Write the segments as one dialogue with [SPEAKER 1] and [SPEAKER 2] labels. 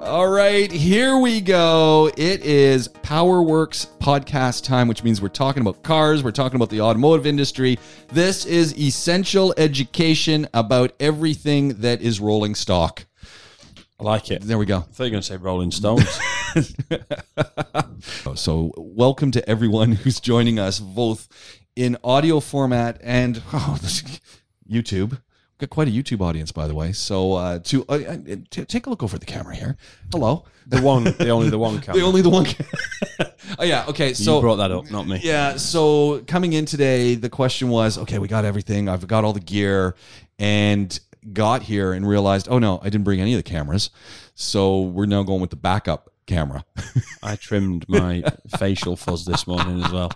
[SPEAKER 1] All right, here we go. It is Powerworks podcast time, which means we're talking about cars, we're talking about the automotive industry. This is essential education about everything that is rolling stock.
[SPEAKER 2] I like it.
[SPEAKER 1] There we go.
[SPEAKER 2] I thought you were going to say Rolling Stones.
[SPEAKER 1] So, welcome to everyone who's joining us both in audio format and oh, this, YouTube. We've got quite a YouTube audience, by the way. So, uh, to uh, uh, t- take a look over the camera here. Hello.
[SPEAKER 2] the one, the only, the one. Camera.
[SPEAKER 1] The only the one. oh yeah. Okay.
[SPEAKER 2] you
[SPEAKER 1] So
[SPEAKER 2] brought that up, not me.
[SPEAKER 1] yeah. So coming in today, the question was, okay, we got everything. I've got all the gear, and got here and realized, oh no, I didn't bring any of the cameras. So we're now going with the backup camera.
[SPEAKER 2] I trimmed my facial fuzz this morning as well,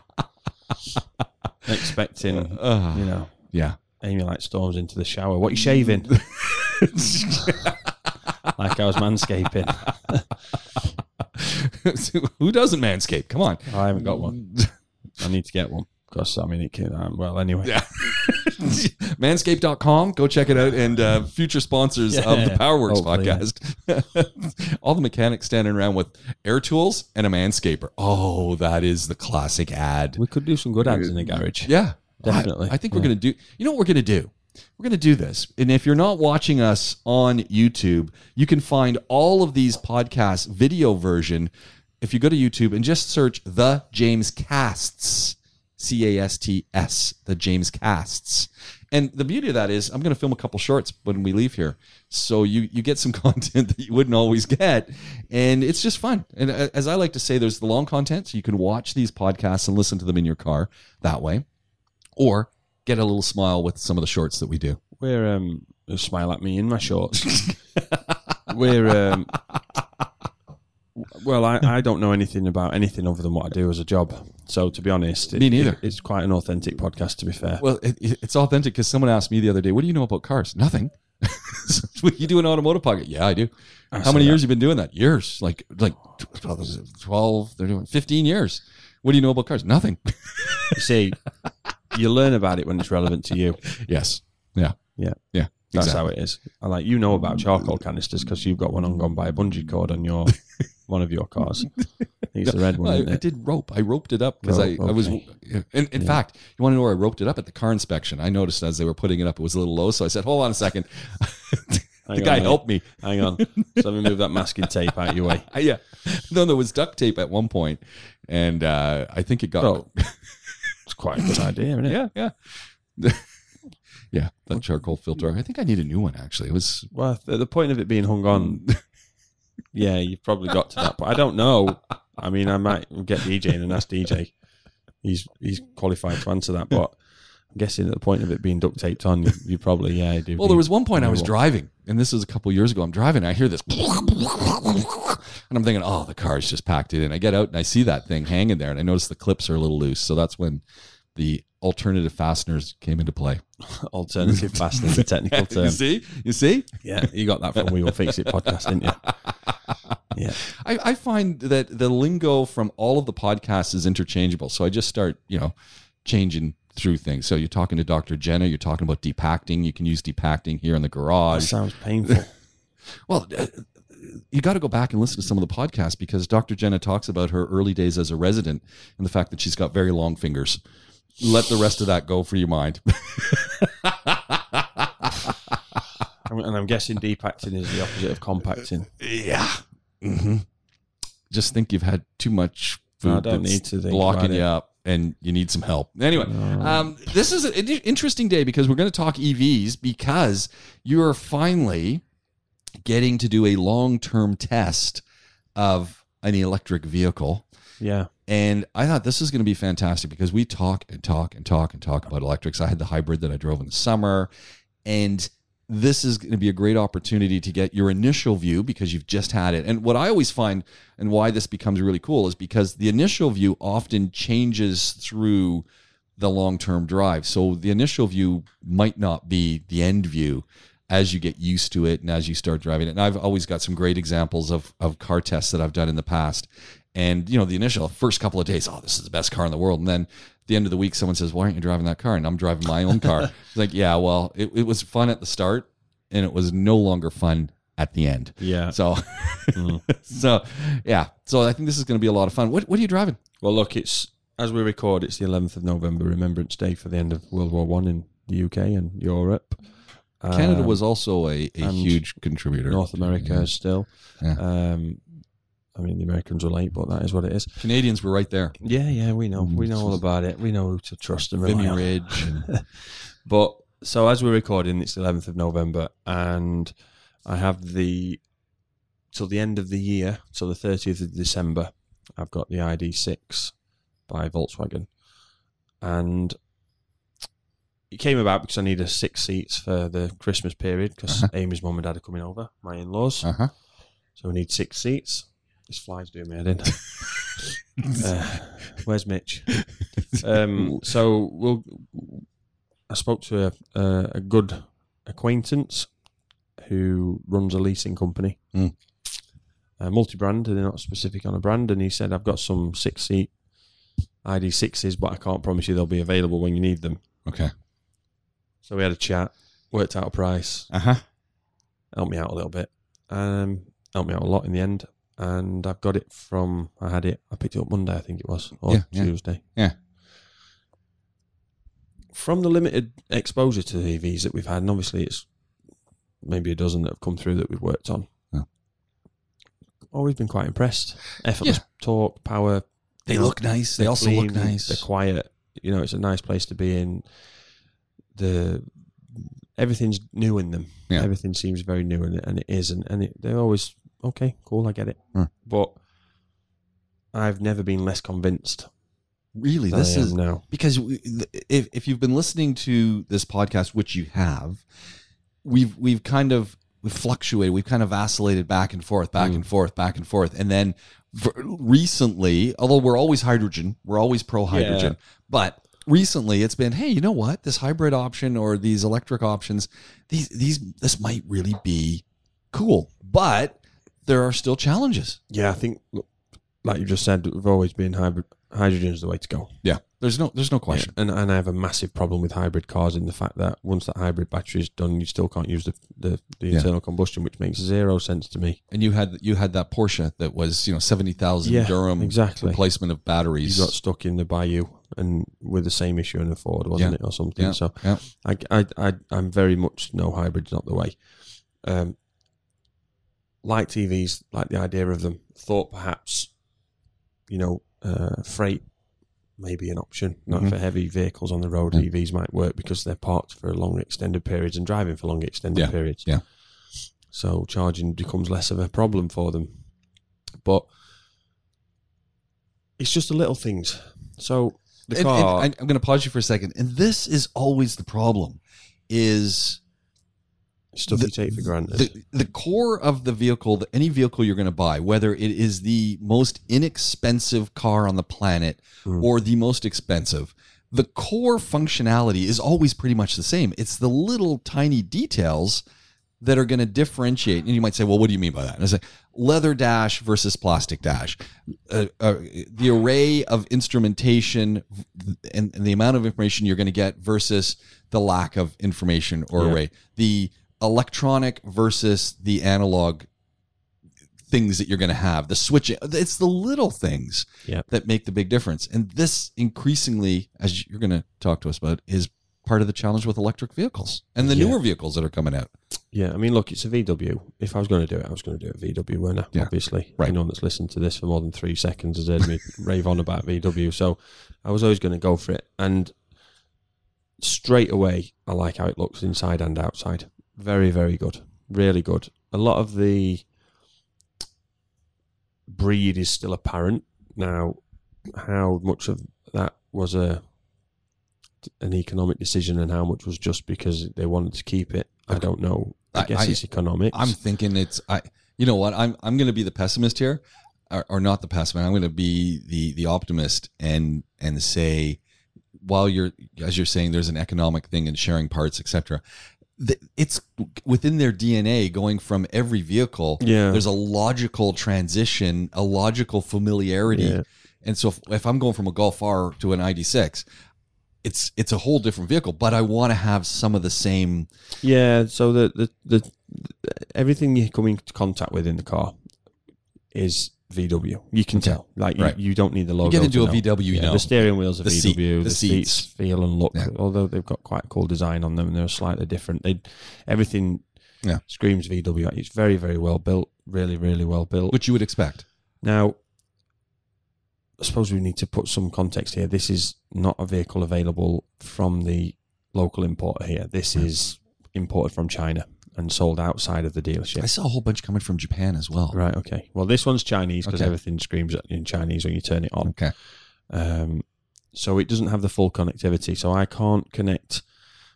[SPEAKER 2] expecting
[SPEAKER 1] Ugh.
[SPEAKER 2] you know
[SPEAKER 1] yeah.
[SPEAKER 2] Amy like storms into the shower. What are you shaving? like I was manscaping.
[SPEAKER 1] Who doesn't manscape? Come on.
[SPEAKER 2] I haven't got one. I need to get one because I mean it can. Um, well, anyway,
[SPEAKER 1] Manscaped.com. Go check it out. And uh, future sponsors of the
[SPEAKER 2] Yeah.
[SPEAKER 1] Powerworks
[SPEAKER 2] Hopefully, yeah.
[SPEAKER 1] podcast. All the mechanics standing around with air tools and a manscaper. Oh, that is the classic ad.
[SPEAKER 2] we could do some good ads in the garage.
[SPEAKER 1] Yeah,
[SPEAKER 2] Definitely.
[SPEAKER 1] I, I think we're gonna do. You know what we're gonna do? We're gonna do this. And if you're not watching us on YouTube, you can find all of these podcasts video version if you go to YouTube and just search the James Casts. C A S T S, the James Casts. And the beauty of that is I'm going to film a couple shorts when we leave here. So you you get some content that you wouldn't always get and it's just fun. And a- as I like to say there's the long content so you can watch these podcasts and listen to them in your car that way or get a little smile with some of the shorts that we do.
[SPEAKER 2] We're um, smile at me in my shorts. we're um, well, I, I don't know anything about anything other than what I do as a job. So to be honest, it-
[SPEAKER 1] Me neither.
[SPEAKER 2] it- it's quite an authentic podcast. To be fair,
[SPEAKER 1] Well, it, it- it's authentic because someone asked me the other day, "What do you know about cars?" Nothing. So, you do an automotive pocket? Yeah, I do. How
[SPEAKER 2] see
[SPEAKER 1] many
[SPEAKER 2] that.
[SPEAKER 1] years you been doing that? Years, like like 12, 12 13, 15 years. What do you know about cars? Nothing.
[SPEAKER 2] you see, you learn about it when it's relevant to you.
[SPEAKER 1] yes. Yeah.
[SPEAKER 2] Yeah.
[SPEAKER 1] Yeah.
[SPEAKER 2] That's
[SPEAKER 1] exactly.
[SPEAKER 2] how it is. And like you know about charcoal canisters because you've got one on gone by a bungee cord on your one of your cars. I think it's the red one.
[SPEAKER 1] Well,
[SPEAKER 2] isn't
[SPEAKER 1] I,
[SPEAKER 2] it?
[SPEAKER 1] I did rope. I roped it up because I,
[SPEAKER 2] Rope,
[SPEAKER 1] I was.
[SPEAKER 2] okay.
[SPEAKER 1] In, in fact, you want to know where I roped it up at the car inspection? I noticed as they were putting it up, it was a little low, so I said, "Hold on a second.
[SPEAKER 2] Hang
[SPEAKER 1] the
[SPEAKER 2] on,
[SPEAKER 1] guy
[SPEAKER 2] mate.
[SPEAKER 1] helped me.
[SPEAKER 2] Hang on. So let me move that masking tape out your way.
[SPEAKER 1] I- yeah. No, there was duct tape at one point, and uh, I think it got.
[SPEAKER 2] Oh, it's quite a good idea, isn't it?
[SPEAKER 1] Yeah, yeah. yeah, that charcoal filter. I think I need a new one, actually. It was.
[SPEAKER 2] Well, at the point of it being hung on,
[SPEAKER 1] Hmm.
[SPEAKER 2] yeah, you've probably got to that point. I don't know. I mean, I might get DJ in and ask DJ. He's he's qualified to answer that, but I'm guessing at the point of it being duct taped on, you, you probably yeah, you do.
[SPEAKER 1] Well, there was one point I
[SPEAKER 2] New
[SPEAKER 1] was
[SPEAKER 2] one.
[SPEAKER 1] driving, and this was a couple years ago. I'm driving, and I hear this, and I'm thinking, oh, the car's just packed it in. I get out and I see that thing hanging there, and I notice the clips are a little loose. So that's when the alternative fasteners came into play.
[SPEAKER 2] alternative fastening, the technical
[SPEAKER 1] you
[SPEAKER 2] term.
[SPEAKER 1] see? You see?
[SPEAKER 2] Yeah, you got that from We Will Fix It podcast, didn't you? Yeah,
[SPEAKER 1] I, I find that the lingo from all of the podcasts is interchangeable. So I just start, you know, changing through things. So you're talking to Dr. Jenna, you're talking about depacting. You can use depacting here in the
[SPEAKER 2] that
[SPEAKER 1] garage.
[SPEAKER 2] sounds painful.
[SPEAKER 1] Well, uh, you got to go back and listen to some of the podcasts because Dr. Jenna talks about her early days as a resident and the fact that she's got very long fingers. Let the rest of that go for your mind.
[SPEAKER 2] And and I'm guessing depacting is the opposite of compacting.
[SPEAKER 1] yeah. hmm Just think you've had too much food.
[SPEAKER 2] No, I don't
[SPEAKER 1] that's-
[SPEAKER 2] need to think
[SPEAKER 1] blocking
[SPEAKER 2] about
[SPEAKER 1] you
[SPEAKER 2] it.
[SPEAKER 1] up and you need some help. Anyway, um, this is an interesting day because we're going to talk EVs because you are finally getting to do a long term test of an electric vehicle.
[SPEAKER 2] Yeah,
[SPEAKER 1] And I thought this is going to be fantastic because we talk and talk and talk and talk about electrics. I had the hybrid that I drove in the summer, and this is going to be a great opportunity to get your initial view because you've just had it. And what I always find and why this becomes really cool is because the initial view often changes through the long term drive. So the initial view might not be the end view as you get used to it and as you start driving it. And I've always got some great examples of, of car tests that I've done in the past. And, you know, the initial first couple of days, oh, this is the best car in the world. And then at the end of the week, someone says, why aren't you driving that car? And I'm driving my own car. it's like, yeah, well, it, it was fun at the start and it was no longer fun at the end.
[SPEAKER 2] Yeah.
[SPEAKER 1] So,
[SPEAKER 2] Mm.
[SPEAKER 1] so yeah. So I think this is going to be a lot of fun. What What are you driving?
[SPEAKER 2] Well, look, it's as we record, it's the 11th of November, Remembrance Day for the end of World War One in the UK and Europe.
[SPEAKER 1] Canada
[SPEAKER 2] Um,
[SPEAKER 1] was also a, a
[SPEAKER 2] and
[SPEAKER 1] huge contributor.
[SPEAKER 2] Um, North America still.
[SPEAKER 1] Yeah.
[SPEAKER 2] Um, I mean, the Americans were late, but that is what it is.
[SPEAKER 1] Canadians were right there.
[SPEAKER 2] Yeah, yeah, we know, we
[SPEAKER 1] Mm,
[SPEAKER 2] know all about it. We know who to trust and rely
[SPEAKER 1] Vimy
[SPEAKER 2] on.
[SPEAKER 1] Ridge. and-
[SPEAKER 2] But so as we're recording, it's the 11th of November, and I have the till the end of the year, till the 30th of December, I've got the ID6 by Volkswagen, and it came about because I needed six seats for the Christmas period because
[SPEAKER 1] Uh-huh.
[SPEAKER 2] Amy's mum and dad are coming over, my in-laws,
[SPEAKER 1] uh-huh.
[SPEAKER 2] so we need six seats. This fly's doing me head in. Uh, where's Mitch? Um, so we'll. I spoke to a, a, a good acquaintance who runs a leasing company,
[SPEAKER 1] Mm.
[SPEAKER 2] a multi-brand. They're not specific on a brand, and he said, "I've got some six-seat ID sixes, but I can't promise you they'll be available when you need them."
[SPEAKER 1] okay.
[SPEAKER 2] So we had a chat, worked out a price,
[SPEAKER 1] Uh huh.
[SPEAKER 2] helped me out a little bit. Um, helped me out a lot in the end. And I've got it from I had it. I picked it up Monday, I think it was, or
[SPEAKER 1] Yeah, yeah.
[SPEAKER 2] Tuesday.
[SPEAKER 1] Yeah.
[SPEAKER 2] From the limited exposure to the EVs that we've had, and obviously it's maybe a dozen that have come through that we've worked on.
[SPEAKER 1] Yeah.
[SPEAKER 2] Always been quite impressed. Effortless talk, power.
[SPEAKER 1] They
[SPEAKER 2] you know,
[SPEAKER 1] look nice. They
[SPEAKER 2] they're
[SPEAKER 1] also look
[SPEAKER 2] clean, they-
[SPEAKER 1] nice.
[SPEAKER 2] They're quiet. You know, it's a nice place to be in. The everything's new in them.
[SPEAKER 1] Yeah.
[SPEAKER 2] Everything seems very new, and, and it is, and, and it, they're always okay, cool. I get it,
[SPEAKER 1] Mm.
[SPEAKER 2] but I've never been less convinced.
[SPEAKER 1] Really,
[SPEAKER 2] than
[SPEAKER 1] this
[SPEAKER 2] I am
[SPEAKER 1] is
[SPEAKER 2] now.
[SPEAKER 1] because we- th- if if you've been listening to this podcast, which you have, we've we've kind of we've fluctuated, we've kind of vacillated back and forth, back
[SPEAKER 2] Mm.
[SPEAKER 1] and forth, back and forth, and then v recently, although we're always hydrogen, we're always pro hydrogen, but recently it's been, hey, you know what, this hybrid option or these electric options, these these this might really be cool, but there are still challenges.
[SPEAKER 2] Yeah, I think, like you just said, we've always been hybrid. Hydrogen is the way to go.
[SPEAKER 1] Yeah, there's no there's no question.
[SPEAKER 2] And and I have a massive problem with hybrid cars in the fact that once that hybrid battery is done, you still can't use the the, the
[SPEAKER 1] Yeah.
[SPEAKER 2] internal combustion, which makes zero sense to me.
[SPEAKER 1] And you had you had that Porsche that was you know seventy thousand
[SPEAKER 2] Yeah,
[SPEAKER 1] Durham
[SPEAKER 2] exactly.
[SPEAKER 1] replacement of
[SPEAKER 2] You
[SPEAKER 1] batteries.
[SPEAKER 2] got stuck in the bayou and with the same issue in a Ford, wasn't
[SPEAKER 1] Yeah.
[SPEAKER 2] it, or something?
[SPEAKER 1] Yeah.
[SPEAKER 2] So
[SPEAKER 1] Yeah.
[SPEAKER 2] I, I, I, I'm very much no hybrid's not the way. Um, like TVs, like the idea of them. Thought perhaps, you know, uh, freight may be an option. Not
[SPEAKER 1] Mhm.
[SPEAKER 2] for heavy vehicles on the road,
[SPEAKER 1] Yeah.
[SPEAKER 2] EVs might work because they're parked for longer extended periods and driving for longer extended periods.
[SPEAKER 1] Yeah.
[SPEAKER 2] So charging becomes less of a problem for them. But it's just the little things. So the
[SPEAKER 1] And-
[SPEAKER 2] car.
[SPEAKER 1] and I- I'm going to pause you for a second. And this is always the problem: is
[SPEAKER 2] stuff
[SPEAKER 1] The-
[SPEAKER 2] you take for granted.
[SPEAKER 1] the the core of the vehicle, the, any vehicle you're going to buy, whether it is the most inexpensive car on the planet
[SPEAKER 2] Mm.
[SPEAKER 1] or the most expensive. The core functionality is always pretty much the same. It's the little tiny details that are going to differentiate. And you might say, well, what do you mean by that? And I say, leather dash versus plastic dash, uh, uh, the array of instrumentation and, and the amount of information you're going to get versus the lack of information or
[SPEAKER 2] Yeah.
[SPEAKER 1] array, the electronic versus the analog things that you're going to have, the switching. It's the little things
[SPEAKER 2] Yep.
[SPEAKER 1] that make the big difference. And this increasingly, as you're going to talk to us about, is part of the challenge with electric vehicles and the
[SPEAKER 2] Yeah.
[SPEAKER 1] newer vehicles that are coming out.
[SPEAKER 2] yeah, I mean, look, it's a VW. If I was going to do it, I was going to do it VW, weren't I?
[SPEAKER 1] Yeah.
[SPEAKER 2] Obviously,
[SPEAKER 1] Right.
[SPEAKER 2] Anyone that's listened to this for more than three seconds has heard me rave on about VW. So I was always going to go for it, and straight away, I like how it looks inside and outside. Very, very good. Really good. A lot of the breed is still apparent now. How much of that was a an economic decision, and how much was just because they wanted to keep it? I don't know. I,
[SPEAKER 1] I-
[SPEAKER 2] guess
[SPEAKER 1] I-
[SPEAKER 2] it's economics.
[SPEAKER 1] I'm thinking it's I. You know what? I'm I'm going to be the pessimist here, or, or not the pessimist. I'm going to be the the optimist and and say, while you're as you're saying, there's an economic thing and sharing parts, etc. It's within their DNA going from every vehicle.
[SPEAKER 2] yeah.
[SPEAKER 1] There's a logical transition, a logical familiarity,
[SPEAKER 2] Yeah.
[SPEAKER 1] and so if, if I'm going from a Golf R to an ID6, it's it's a whole different vehicle. But I want to have some of the same
[SPEAKER 2] Yeah, so the, the the everything you come into contact with in the car is VW. You can tell. Like
[SPEAKER 1] Right.
[SPEAKER 2] you, you don't need the logo.
[SPEAKER 1] You get into
[SPEAKER 2] to
[SPEAKER 1] a
[SPEAKER 2] know.
[SPEAKER 1] VW, you
[SPEAKER 2] Yeah,
[SPEAKER 1] know.
[SPEAKER 2] the steering wheels are
[SPEAKER 1] The
[SPEAKER 2] VW.
[SPEAKER 1] seat-
[SPEAKER 2] the,
[SPEAKER 1] the
[SPEAKER 2] seats.
[SPEAKER 1] seats.
[SPEAKER 2] feel and look,
[SPEAKER 1] Yeah.
[SPEAKER 2] although they've got quite a cool design on them, they're slightly different. They everything
[SPEAKER 1] Yeah.
[SPEAKER 2] screams VW. at you. It's very very well built, really really well built.
[SPEAKER 1] which you would expect.
[SPEAKER 2] Now, I suppose we need to put some context here. This is not a vehicle available from the local importer here. This is imported from China and sold outside of the
[SPEAKER 1] I
[SPEAKER 2] dealership.
[SPEAKER 1] saw a whole bunch coming from Japan as well.
[SPEAKER 2] Right. Okay. Well, this one's Chinese because
[SPEAKER 1] Okay.
[SPEAKER 2] everything screams in Chinese when you turn it on.
[SPEAKER 1] Okay.
[SPEAKER 2] Um, so it doesn't have the full connectivity. So I can't connect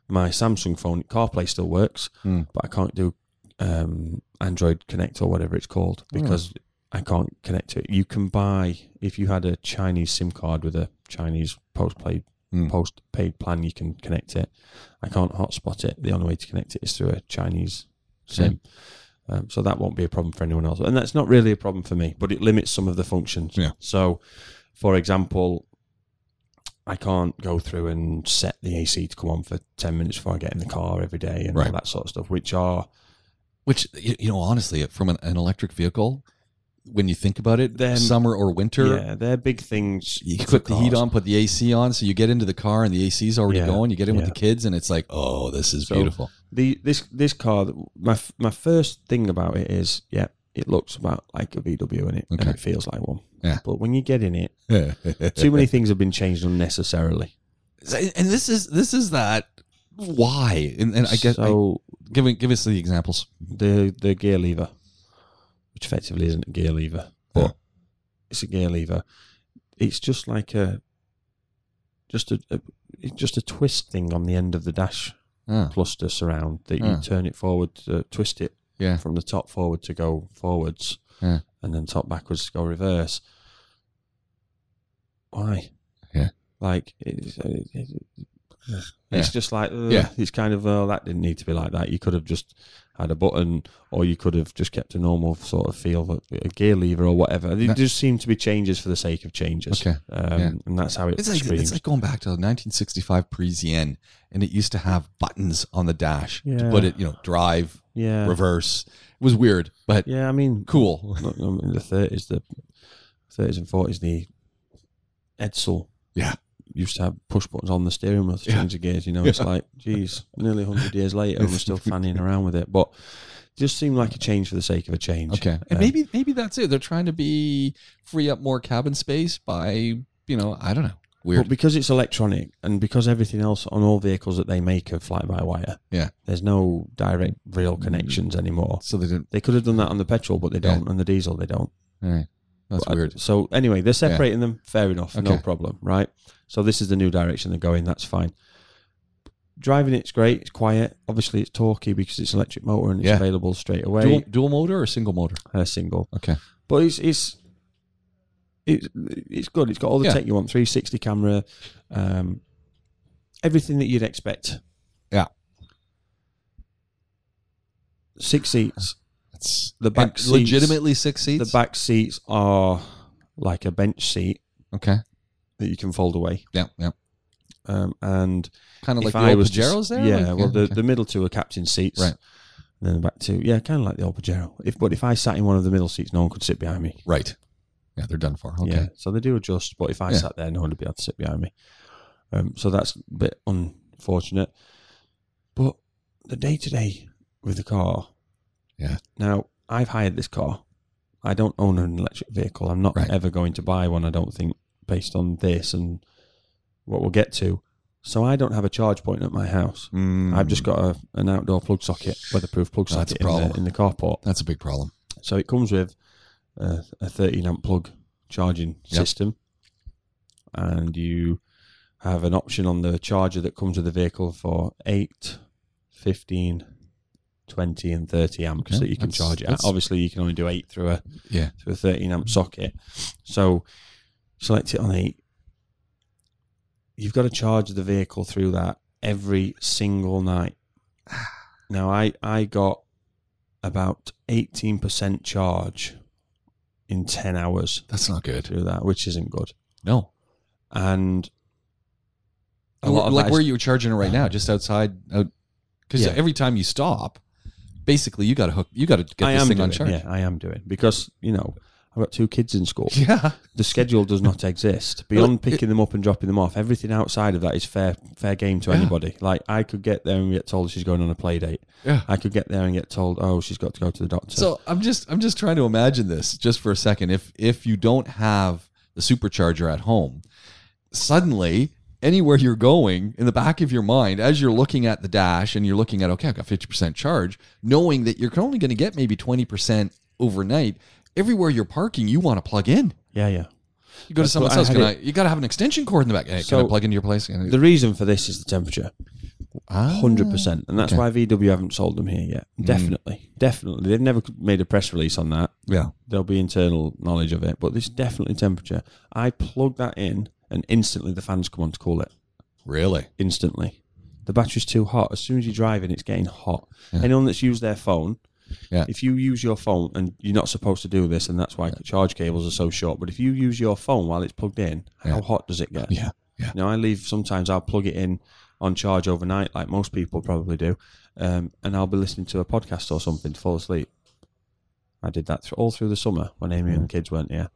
[SPEAKER 2] my Samsung phone. CarPlay still works,
[SPEAKER 1] Hmm.
[SPEAKER 2] but I can't do um, Android Connect or whatever it's called
[SPEAKER 1] Hmm.
[SPEAKER 2] because I can't connect to it. You can buy if you had a Chinese SIM card with a Chinese postpaid
[SPEAKER 1] Hmm.
[SPEAKER 2] postpaid plan, you can connect it. I can't hotspot it. The only way to connect it is through a Chinese SIM. Um, so that won't be a problem for anyone else, and that's not really a problem for me. But it limits some of the functions.
[SPEAKER 1] Yeah.
[SPEAKER 2] So, for example, I can't go through and set the AC to come on for ten minutes before I get in the car every day and all
[SPEAKER 1] Right.
[SPEAKER 2] that sort of stuff, which are
[SPEAKER 1] Which you, you know, honestly, uh, from an, an electric vehicle, when you think about it,
[SPEAKER 2] Then-
[SPEAKER 1] summer or winter,
[SPEAKER 2] yeah, they're big things.
[SPEAKER 1] you
[SPEAKER 2] for
[SPEAKER 1] put the heat
[SPEAKER 2] cars.
[SPEAKER 1] on, put the AC on, so you get into the car and the AC's already
[SPEAKER 2] Yeah.
[SPEAKER 1] going. You get in with the
[SPEAKER 2] Yeah.
[SPEAKER 1] kids, and it's like, oh, this is
[SPEAKER 2] So-
[SPEAKER 1] beautiful.
[SPEAKER 2] The this this car, my f- my first thing about it is, yeah, it looks about like a VW in it, and
[SPEAKER 1] Okay.
[SPEAKER 2] it feels like one.
[SPEAKER 1] Yeah.
[SPEAKER 2] But when you get in it,
[SPEAKER 1] Too
[SPEAKER 2] too many things have been changed unnecessarily.
[SPEAKER 1] and this is this is that why, and, and I guess I-
[SPEAKER 2] so.
[SPEAKER 1] give me- give us the examples.
[SPEAKER 2] the the gear lever, which effectively isn't a gear lever, but
[SPEAKER 1] Yeah.
[SPEAKER 2] it's a gear lever. It's just like a just a, a it's just a twist thing on the end of the dash
[SPEAKER 1] Ah,
[SPEAKER 2] cluster surround that
[SPEAKER 1] Yeah.
[SPEAKER 2] you turn it forward, to, twist it
[SPEAKER 1] yeah,
[SPEAKER 2] from the top forward to go forwards,
[SPEAKER 1] Yeah.
[SPEAKER 2] and then top backwards to go reverse. Why?
[SPEAKER 1] Yeah.
[SPEAKER 2] Like it's, uh, it- it- it's
[SPEAKER 1] Yeah.
[SPEAKER 2] just like ugh,
[SPEAKER 1] Yeah.
[SPEAKER 2] it's kind of oh that didn't need to be like that. You could have just had a button, or you could have just kept a normal sort of feel, of a gear lever or whatever. There
[SPEAKER 1] Yeah.
[SPEAKER 2] just seem to be changes for the sake of changes.
[SPEAKER 1] okay.
[SPEAKER 2] Um,
[SPEAKER 1] Yeah.
[SPEAKER 2] And that's how it
[SPEAKER 1] It's like,
[SPEAKER 2] screams.
[SPEAKER 1] it's like going back to 1965 Parisienne, and it used to have buttons on the dash to
[SPEAKER 2] Yeah.
[SPEAKER 1] put it, you know, drive,
[SPEAKER 2] yeah,
[SPEAKER 1] reverse. It was weird, but
[SPEAKER 2] yeah. I mean,
[SPEAKER 1] cool.
[SPEAKER 2] not, not in the thirties, the thirties and forties, the Edsel.
[SPEAKER 1] Yeah.
[SPEAKER 2] Used to have push buttons on the steering wheel to
[SPEAKER 1] Yeah.
[SPEAKER 2] change the gears. You know, it's like, geez, nearly hundred years later, and we're still fanning around with it. But just seemed like a change for the sake of a change.
[SPEAKER 1] Okay, and
[SPEAKER 2] Uh,
[SPEAKER 1] maybe maybe that's it. They're trying to be free up more cabin space by you know I don't know
[SPEAKER 2] But
[SPEAKER 1] weird.
[SPEAKER 2] because it's electronic and because everything else on all vehicles that they make are fly by wire,
[SPEAKER 1] Yeah.
[SPEAKER 2] there's no direct real connections anymore.
[SPEAKER 1] so they didn't.
[SPEAKER 2] They could have done that on the petrol, but they
[SPEAKER 1] Yeah.
[SPEAKER 2] don't, and the diesel they don't.
[SPEAKER 1] All right, that's
[SPEAKER 2] But I-
[SPEAKER 1] weird.
[SPEAKER 2] so anyway, they're
[SPEAKER 1] Yeah.
[SPEAKER 2] separating them. Fair enough. No
[SPEAKER 1] Okay.
[SPEAKER 2] problem. Right. So this is the new direction they're going. That's fine. Driving it's great. It's quiet. Obviously, it's torquey because it's electric motor and it's
[SPEAKER 1] Yeah.
[SPEAKER 2] available straight
[SPEAKER 1] Dual,
[SPEAKER 2] away.
[SPEAKER 1] dual motor or single motor?
[SPEAKER 2] Uh, single.
[SPEAKER 1] Okay,
[SPEAKER 2] But it's it's it's it's good. It's got all the
[SPEAKER 1] Yeah.
[SPEAKER 2] tech you want. 360 camera. Um, everything that you'd expect.
[SPEAKER 1] Yeah.
[SPEAKER 2] Six seats.
[SPEAKER 1] that's
[SPEAKER 2] The back
[SPEAKER 1] and
[SPEAKER 2] seats-
[SPEAKER 1] legitimately six
[SPEAKER 2] The
[SPEAKER 1] seats.
[SPEAKER 2] back seats are like a bench seat
[SPEAKER 1] okay,
[SPEAKER 2] that you can fold away.
[SPEAKER 1] yeah, yeah,
[SPEAKER 2] Um, and
[SPEAKER 1] kind of
[SPEAKER 2] if
[SPEAKER 1] like
[SPEAKER 2] I
[SPEAKER 1] the old
[SPEAKER 2] was to s-
[SPEAKER 1] Pajeros there.
[SPEAKER 2] Yeah,
[SPEAKER 1] Like,
[SPEAKER 2] well, the,
[SPEAKER 1] okay.
[SPEAKER 2] the middle two are captain seats,
[SPEAKER 1] Right.
[SPEAKER 2] And then the back two, yeah, kind of like the old Pajero. If but if I sat in one of the middle seats, no one could sit behind me.
[SPEAKER 1] right, yeah, they're done for. Okay,
[SPEAKER 2] Yeah, so they do adjust. But if I
[SPEAKER 1] Yeah.
[SPEAKER 2] sat there, no one would be able to sit behind me. Um, so that's a bit unfortunate. But the day to day with the car,
[SPEAKER 1] Yeah.
[SPEAKER 2] Now I've hired this car. I don't own an electric vehicle. I'm not
[SPEAKER 1] Right.
[SPEAKER 2] ever going to buy one. I don't think based on this and what we'll get to. So I don't have a charge point at my house.
[SPEAKER 1] Mm,
[SPEAKER 2] I've just got a, an outdoor plug socket, weatherproof plug
[SPEAKER 1] That's
[SPEAKER 2] socket
[SPEAKER 1] a problem.
[SPEAKER 2] in, the, in the carport.
[SPEAKER 1] that's a big problem.
[SPEAKER 2] So it comes with a, a 13 amp plug charging
[SPEAKER 1] Yep.
[SPEAKER 2] system, and you have an option on the charger that comes with the vehicle for 8, 15, 20, and 30 amps
[SPEAKER 1] Okay,
[SPEAKER 2] that you can
[SPEAKER 1] that's-
[SPEAKER 2] charge it at.
[SPEAKER 1] that's-
[SPEAKER 2] Obviously, you can only do 8 through a
[SPEAKER 1] Yeah,
[SPEAKER 2] to a 13 amp socket. So select it on 8. You've got to charge the vehicle through that every single night. Now, I, I got about 18% charge in 10 hours
[SPEAKER 1] that's not good.
[SPEAKER 2] through that, which isn't good.
[SPEAKER 1] No,
[SPEAKER 2] And a
[SPEAKER 1] Wh-
[SPEAKER 2] lot of
[SPEAKER 1] like
[SPEAKER 2] that
[SPEAKER 1] where
[SPEAKER 2] is-
[SPEAKER 1] you're charging it right now, just outside. Because
[SPEAKER 2] Yeah.
[SPEAKER 1] every time you stop, basically you got to hook. You got to get
[SPEAKER 2] I
[SPEAKER 1] this
[SPEAKER 2] am
[SPEAKER 1] thing
[SPEAKER 2] doing,
[SPEAKER 1] on charge.
[SPEAKER 2] Yeah, I am doing because you know I've got two kids in school.
[SPEAKER 1] Yeah.
[SPEAKER 2] The schedule does not exist
[SPEAKER 1] Well,
[SPEAKER 2] beyond
[SPEAKER 1] it-
[SPEAKER 2] picking them up and dropping them off. Everything outside of that is fair fair game to
[SPEAKER 1] Yeah.
[SPEAKER 2] anybody. Like I could get there and get told she's going on a play date.
[SPEAKER 1] Yeah.
[SPEAKER 2] I could get there and get told oh she's got to go to the doctor.
[SPEAKER 1] So I'm just I'm just trying to imagine this just for a second. If if you don't have the supercharger at home, suddenly anywhere you're going in the back of your mind, as you're looking at the dash and you're looking at okay, I've got 50% charge, knowing that you're only going to get maybe 20% overnight. Everywhere you're parking, you want to plug in.
[SPEAKER 2] yeah, yeah.
[SPEAKER 1] You go to
[SPEAKER 2] That's
[SPEAKER 1] someone's
[SPEAKER 2] what I
[SPEAKER 1] house.
[SPEAKER 2] had
[SPEAKER 1] Can I,
[SPEAKER 2] it-
[SPEAKER 1] you got to have an extension cord in the back. Hey, can
[SPEAKER 2] So-
[SPEAKER 1] I plug into your place? Can I-
[SPEAKER 2] The reason for this is the temperature.
[SPEAKER 1] Ah.
[SPEAKER 2] hundred percent, and that's
[SPEAKER 1] Okay. Mm.
[SPEAKER 2] why VW haven't sold them here yet. Definitely, definitely, they've never made a press release on that.
[SPEAKER 1] Yeah.
[SPEAKER 2] There'll be internal knowledge of it, but this is definitely temperature. I plug that in, and instantly the fans come on to cool it.
[SPEAKER 1] Really?
[SPEAKER 2] Instantly, the battery's too hot. As soon as you're driving, it's getting hot. Anyone that's used their phone,
[SPEAKER 1] Yeah.
[SPEAKER 2] if you use your phone, and you're not supposed to do this, and that's why charge cables are so short. But if you use your phone while it's plugged in, how hot does it get?
[SPEAKER 1] Yeah. Yeah.
[SPEAKER 2] You know, I leave sometimes. I'll plug it in on charge overnight, like most people probably do, um, and I'll be listening to a podcast or something to fall asleep. I did that thr all through the summer when Amy and the kids weren't here,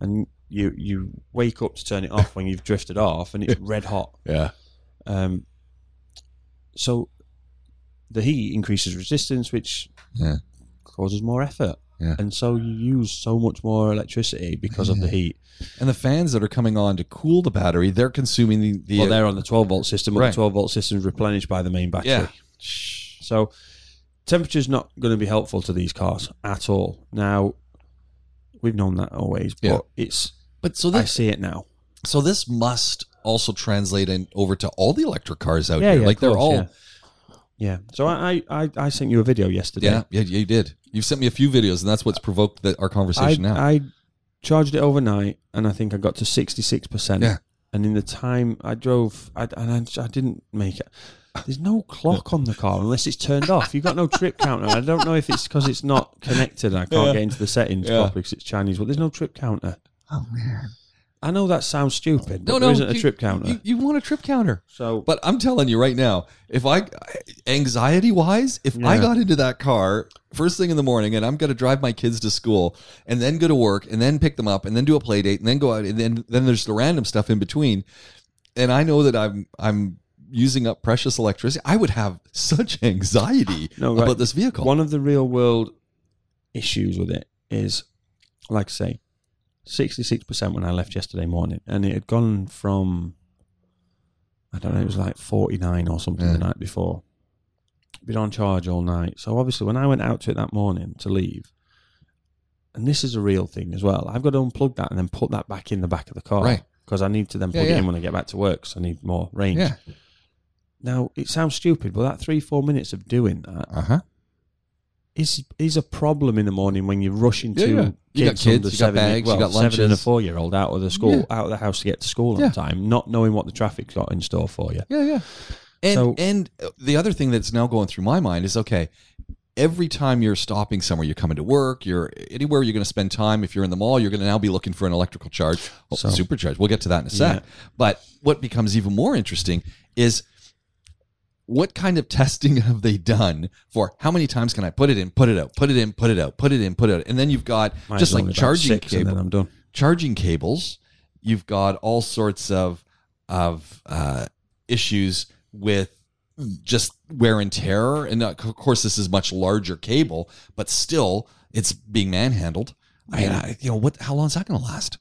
[SPEAKER 2] and you you wake up to turn it off when you've drifted off, and it's red hot.
[SPEAKER 1] Yeah.
[SPEAKER 2] Um, so the heat increases resistance, which
[SPEAKER 1] Yeah.
[SPEAKER 2] causes more effort.
[SPEAKER 1] Yeah.
[SPEAKER 2] And so you use so much more electricity because of the heat.
[SPEAKER 1] And the fans that are coming on to cool the battery, they're consuming the, the
[SPEAKER 2] Well, they're on the 12 volt system, but
[SPEAKER 1] Right.
[SPEAKER 2] the 12 volt system is replenished by the main battery.
[SPEAKER 1] Yeah.
[SPEAKER 2] So temperature's not going to be helpful to these cars at all. Now, we've known that always, but
[SPEAKER 1] Yeah.
[SPEAKER 2] it's
[SPEAKER 1] But so
[SPEAKER 2] I
[SPEAKER 1] this
[SPEAKER 2] see it now.
[SPEAKER 1] so this must also translate in over to all the electric cars out
[SPEAKER 2] Yeah,
[SPEAKER 1] here.
[SPEAKER 2] yeah,
[SPEAKER 1] like
[SPEAKER 2] of
[SPEAKER 1] they're
[SPEAKER 2] course,
[SPEAKER 1] all
[SPEAKER 2] yeah. Yeah. So I, I, I- I sent you a video yesterday.
[SPEAKER 1] yeah. yeah, you did. You've sent me a few videos, and that's what's provoked the, our
[SPEAKER 2] I,
[SPEAKER 1] conversation now.
[SPEAKER 2] I charged it overnight, and I think I got to sixty six percent.
[SPEAKER 1] Yeah.
[SPEAKER 2] And in the time I drove, I and I, I didn't make it. There's no clock on the car unless it's turned off. You've got no trip counter. I don't know if it's because it's not connected. and I can't
[SPEAKER 1] Yeah.
[SPEAKER 2] get into the settings
[SPEAKER 1] Yeah.
[SPEAKER 2] properly because it's Chinese, but there's no trip counter.
[SPEAKER 1] oh man,
[SPEAKER 2] I know that sounds stupid, but
[SPEAKER 1] no, no,
[SPEAKER 2] there isn't
[SPEAKER 1] you-
[SPEAKER 2] a trip counter.
[SPEAKER 1] You, you want a trip counter?
[SPEAKER 2] so
[SPEAKER 1] But I'm telling you right now, if I anxiety wise, if I
[SPEAKER 2] Yeah.
[SPEAKER 1] got into that car first thing in the morning and I'm going to drive my kids to school and then go to work and then pick them up and then do a play date and then go out and then then there's the random stuff in between, and I know that I'm I'm using up precious electricity, I would have such anxiety
[SPEAKER 2] No, right.
[SPEAKER 1] about this vehicle.
[SPEAKER 2] One of the real world issues with it is, like I say, 66% when I left yesterday morning, and it had gone from, I don't know, it was like 49 or something the
[SPEAKER 1] Yeah.
[SPEAKER 2] night before. Been on charge all night. So obviously, when I went out to it that morning to leave, and this is a real thing as well, I've got to unplug that and then put that back in the back of the car.
[SPEAKER 1] Right.
[SPEAKER 2] Because I need to then
[SPEAKER 1] Yeah,
[SPEAKER 2] plug
[SPEAKER 1] yeah.
[SPEAKER 2] it in when I get back to work, so I need more range.
[SPEAKER 1] yeah.
[SPEAKER 2] Now, it sounds stupid, but that three, four minutes of doing that
[SPEAKER 1] Uh huh.
[SPEAKER 2] is is a problem in the morning when you're rushing
[SPEAKER 1] Yeah,
[SPEAKER 2] to
[SPEAKER 1] yeah. You got
[SPEAKER 2] kids,
[SPEAKER 1] kids,
[SPEAKER 2] under
[SPEAKER 1] you got
[SPEAKER 2] seven,
[SPEAKER 1] bags, you
[SPEAKER 2] well,
[SPEAKER 1] got
[SPEAKER 2] seven and a
[SPEAKER 1] lunches.
[SPEAKER 2] four year old out of the school,
[SPEAKER 1] Yeah.
[SPEAKER 2] out of the house to get to school
[SPEAKER 1] Yeah.
[SPEAKER 2] on time, not knowing what the traffic's got in store for you.
[SPEAKER 1] Yeah, yeah. And
[SPEAKER 2] So-
[SPEAKER 1] and the other thing that's now going through my mind is okay. Every time you're stopping somewhere, you're coming to work, you're anywhere you're going to spend time. If you're in the mall, you're going to now be looking for an electrical charge, oh,
[SPEAKER 2] So-
[SPEAKER 1] supercharge. We'll get to that in a sec. But what becomes even more interesting is what kind of testing have they done for how many times can I put it in, put it out, put it in, put it out, put it in, put it out, and then you've got
[SPEAKER 2] Mine's
[SPEAKER 1] just
[SPEAKER 2] only
[SPEAKER 1] like
[SPEAKER 2] about
[SPEAKER 1] charging
[SPEAKER 2] six, and
[SPEAKER 1] cable
[SPEAKER 2] then I'm done.
[SPEAKER 1] charging cables. You've got all sorts of of uh, issues with just wear and tear, and uh, of course, this is much larger cable, but still, it's being manhandled. I mean, I, you know, what? How long is that going to last?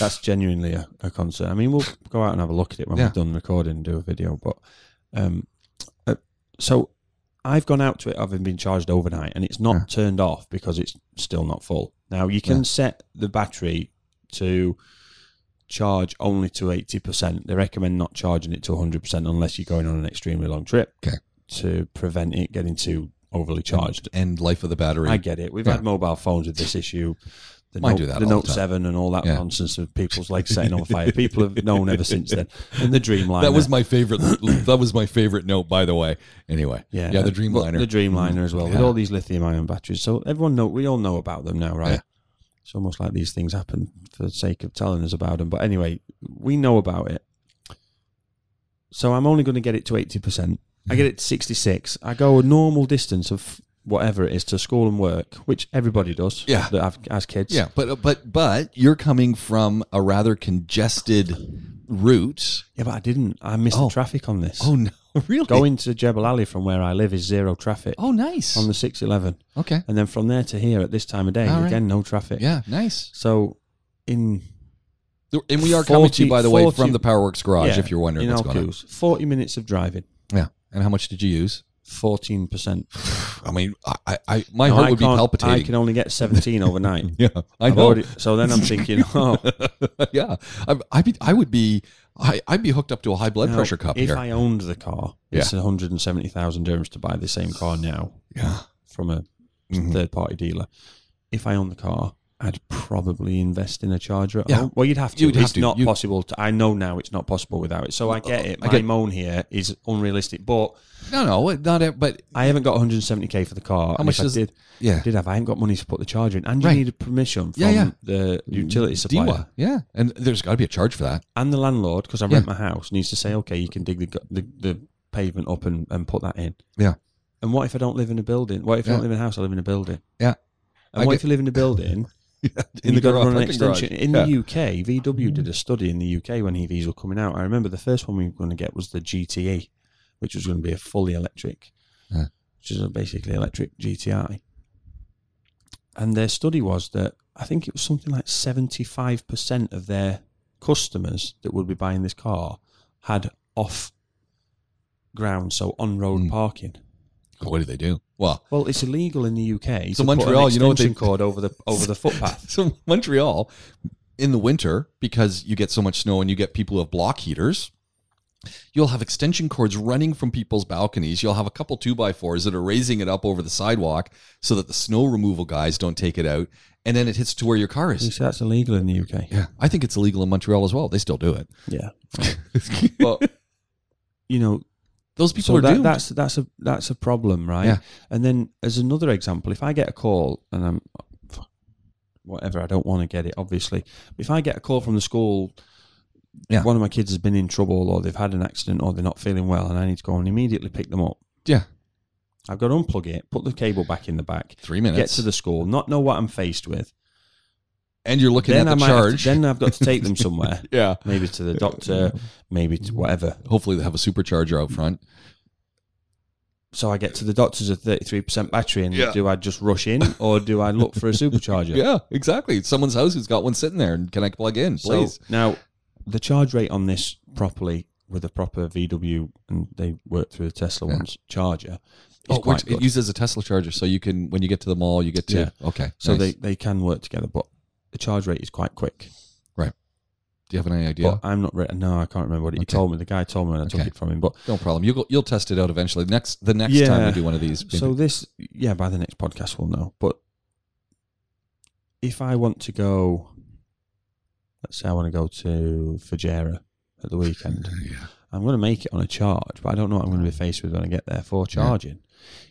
[SPEAKER 2] That's genuinely a, a concern. I mean, we'll go out and have a look at it when
[SPEAKER 1] Yeah.
[SPEAKER 2] we're done recording and do a video. But um, uh, so I've gone out to it having been charged overnight, and it's not
[SPEAKER 1] Yeah.
[SPEAKER 2] turned off because it's still not full. Now you can
[SPEAKER 1] Yeah.
[SPEAKER 2] set the battery to charge only to eighty percent. They recommend not charging it to one hundred percent unless you're going on an extremely long trip
[SPEAKER 1] Okay.
[SPEAKER 2] to prevent it getting too overly charged.
[SPEAKER 1] and life of the battery.
[SPEAKER 2] I get it. We've
[SPEAKER 1] Yeah.
[SPEAKER 2] had mobile phones with this issue. The
[SPEAKER 1] Mine
[SPEAKER 2] Note,
[SPEAKER 1] do that
[SPEAKER 2] the
[SPEAKER 1] all the
[SPEAKER 2] Note
[SPEAKER 1] time.
[SPEAKER 2] Seven and all that
[SPEAKER 1] Yeah.
[SPEAKER 2] nonsense of people's legs setting on fire. People have known ever since then. And the Dreamliner.
[SPEAKER 1] that was my favorite. that was my favorite note, by the way. Anyway,
[SPEAKER 2] yeah,
[SPEAKER 1] yeah, the
[SPEAKER 2] Well,
[SPEAKER 1] Dreamliner. Mm-hmm.
[SPEAKER 2] the Dreamliner as well. With
[SPEAKER 1] Yeah.
[SPEAKER 2] all these lithium-ion batteries, so everyone know we all know about them now, right?
[SPEAKER 1] Yeah.
[SPEAKER 2] It's almost like these things happen for the sake of telling us about them. But anyway, we know about it.
[SPEAKER 1] Mm-hmm.
[SPEAKER 2] So I'm only going to get it to eighty percent. I get it to sixty-six. I go a normal distance of whatever it is to school and work, which everybody does.
[SPEAKER 1] Yeah.
[SPEAKER 2] that have, has kids.
[SPEAKER 1] Yeah, but uh, but but you're coming from a rather congested route.
[SPEAKER 2] yeah, but I didn't. I missed the traffic on this.
[SPEAKER 1] Oh no, really?
[SPEAKER 2] Going to Jebel Ali from where I live is zero traffic
[SPEAKER 1] Oh, nice.
[SPEAKER 2] on the six eleven,
[SPEAKER 1] okay.
[SPEAKER 2] and then from there to here at this time of day
[SPEAKER 1] All right.
[SPEAKER 2] again no traffic.
[SPEAKER 1] Yeah, nice.
[SPEAKER 2] So in
[SPEAKER 1] And we are coming to you, by the way,
[SPEAKER 2] 40
[SPEAKER 1] from the Powerworks garage.
[SPEAKER 2] yeah,
[SPEAKER 1] if you're wondering
[SPEAKER 2] in
[SPEAKER 1] what's going on.
[SPEAKER 2] Alcoos, forty minutes of driving,
[SPEAKER 1] Yeah. And how much did you use?
[SPEAKER 2] fourteen percent.
[SPEAKER 1] I mean, I, I, I my heart would be
[SPEAKER 2] I
[SPEAKER 1] palpitating.
[SPEAKER 2] can only get seventeen overnight.
[SPEAKER 1] yeah, I
[SPEAKER 2] I've
[SPEAKER 1] know.
[SPEAKER 2] already- so then I'm thinking, oh,
[SPEAKER 1] yeah, I, I'd be, I would be, I, I'd be hooked up to a high blood
[SPEAKER 2] now,
[SPEAKER 1] pressure cup
[SPEAKER 2] If
[SPEAKER 1] here.
[SPEAKER 2] I owned the car, it's 170,000 dirhams to buy the same car now
[SPEAKER 1] yeah,
[SPEAKER 2] from a
[SPEAKER 1] Mhm.
[SPEAKER 2] third party dealer. If I own the car, I'd probably invest in a charger. At
[SPEAKER 1] Yeah.
[SPEAKER 2] home. Well, you'd have to.
[SPEAKER 1] You'd have
[SPEAKER 2] it's
[SPEAKER 1] to.
[SPEAKER 2] not
[SPEAKER 1] You-
[SPEAKER 2] possible. To, I know now it's not possible without it. So I get it.
[SPEAKER 1] I
[SPEAKER 2] My
[SPEAKER 1] get-
[SPEAKER 2] moan here is unrealistic, but
[SPEAKER 1] no, no, not it, but
[SPEAKER 2] I haven't got 170k for the car. How
[SPEAKER 1] much
[SPEAKER 2] I
[SPEAKER 1] does-
[SPEAKER 2] did?
[SPEAKER 1] yeah,
[SPEAKER 2] Did have? I haven't got money to put the charger in, and you
[SPEAKER 1] Right.
[SPEAKER 2] need a permission from
[SPEAKER 1] Yeah, yeah.
[SPEAKER 2] the utility supplier.
[SPEAKER 1] Dewa, yeah, and there's got to be a charge for that.
[SPEAKER 2] and the landlord, because I rent my house, needs to say, okay, you can dig the gu- the, the pavement up and, and put that in.
[SPEAKER 1] Yeah.
[SPEAKER 2] And what if I don't live in a building? What if I
[SPEAKER 1] Yeah.
[SPEAKER 2] don't live in a house? I live in a building.
[SPEAKER 1] Yeah.
[SPEAKER 2] And
[SPEAKER 1] I
[SPEAKER 2] what
[SPEAKER 1] get-
[SPEAKER 2] if you live in a building?
[SPEAKER 1] In
[SPEAKER 2] you
[SPEAKER 1] the
[SPEAKER 2] got to
[SPEAKER 1] garage,
[SPEAKER 2] run an
[SPEAKER 1] fucking garage. Mm-hmm.
[SPEAKER 2] extension in the UK. VW did a study in the UK when EVs were coming out. I remember the first one we were going to get was the GTE, which was going to be a fully electric,
[SPEAKER 1] Yeah.
[SPEAKER 2] which is a basically electric GTI. And their study was that I think it was something like seventy-five percent of their customers that would be buying this car had off ground, so on-road
[SPEAKER 1] Mm.
[SPEAKER 2] parking.
[SPEAKER 1] What do they do? Well,
[SPEAKER 2] Well, it's illegal in the UK.
[SPEAKER 1] So
[SPEAKER 2] to put an
[SPEAKER 1] Montreal, you know what they-
[SPEAKER 2] extension cord over the over the footpath.
[SPEAKER 1] so Montreal in the winter because you get so much snow and you get people who have block heaters. You'll have extension cords running from people's balconies. You'll have a couple two by fours that are raising it up over the sidewalk so that the snow removal guys don't take it out, and then it hits to where your car
[SPEAKER 2] You
[SPEAKER 1] is.
[SPEAKER 2] see, that's illegal in the UK.
[SPEAKER 1] Yeah, I think it's illegal in Montreal as well. They still do it.
[SPEAKER 2] Yeah. But you know,
[SPEAKER 1] Those people
[SPEAKER 2] so
[SPEAKER 1] are
[SPEAKER 2] that-
[SPEAKER 1] doomed.
[SPEAKER 2] that's that's a that's a problem, right?
[SPEAKER 1] Yeah.
[SPEAKER 2] And then as another example, if I get a call and I'm whatever, I don't want to get it, obviously. If I get a call from the school,
[SPEAKER 1] Yeah.
[SPEAKER 2] one of my kids has been in trouble or they've had an accident or they're not feeling well and I need to go and immediately pick them up.
[SPEAKER 1] yeah,
[SPEAKER 2] I've got to unplug it, put the cable back in the back,
[SPEAKER 1] three
[SPEAKER 2] get
[SPEAKER 1] minutes,
[SPEAKER 2] to the school, not know what I'm faced with.
[SPEAKER 1] and you're looking
[SPEAKER 2] Then I
[SPEAKER 1] at the
[SPEAKER 2] might have to-
[SPEAKER 1] charge.
[SPEAKER 2] then I've got to take them somewhere.
[SPEAKER 1] yeah,
[SPEAKER 2] Maybe to the doctor, maybe to whatever.
[SPEAKER 1] hopefully they have a supercharger out front.
[SPEAKER 2] so I get to the doctors at thirty three percent battery, and
[SPEAKER 1] Yeah.
[SPEAKER 2] do I just rush in or do I look for a supercharger?
[SPEAKER 1] Yeah, exactly. It's someone's house who's got one sitting there, and can I plug in,
[SPEAKER 2] So
[SPEAKER 1] please?
[SPEAKER 2] now the charge rate on this properly with a proper VW, and they work through the Tesla
[SPEAKER 1] Yeah.
[SPEAKER 2] ones charger.
[SPEAKER 1] Oh,
[SPEAKER 2] Is
[SPEAKER 1] it,
[SPEAKER 2] quite
[SPEAKER 1] works,
[SPEAKER 2] good.
[SPEAKER 1] it uses a Tesla charger, so you can when you get to the mall, you get to
[SPEAKER 2] Yeah.
[SPEAKER 1] okay.
[SPEAKER 2] so
[SPEAKER 1] nice.
[SPEAKER 2] they, they can work together, but the charge rate is quite quick.
[SPEAKER 1] do you have any idea?
[SPEAKER 2] But I'm not re- no, I can't remember what he
[SPEAKER 1] Okay.
[SPEAKER 2] told me. The guy told me, and I took
[SPEAKER 1] Okay.
[SPEAKER 2] it from him. But
[SPEAKER 1] no problem. You'll go, you'll test it out eventually. Next the next
[SPEAKER 2] Yeah.
[SPEAKER 1] time we do one of these.
[SPEAKER 2] So this, yeah, by the next podcast we'll know. But if I want to go, let's say I want to go to Fajera at the weekend, I'm going to make it on a charge, but I don't know what I'm going to be faced with when I get there for charging.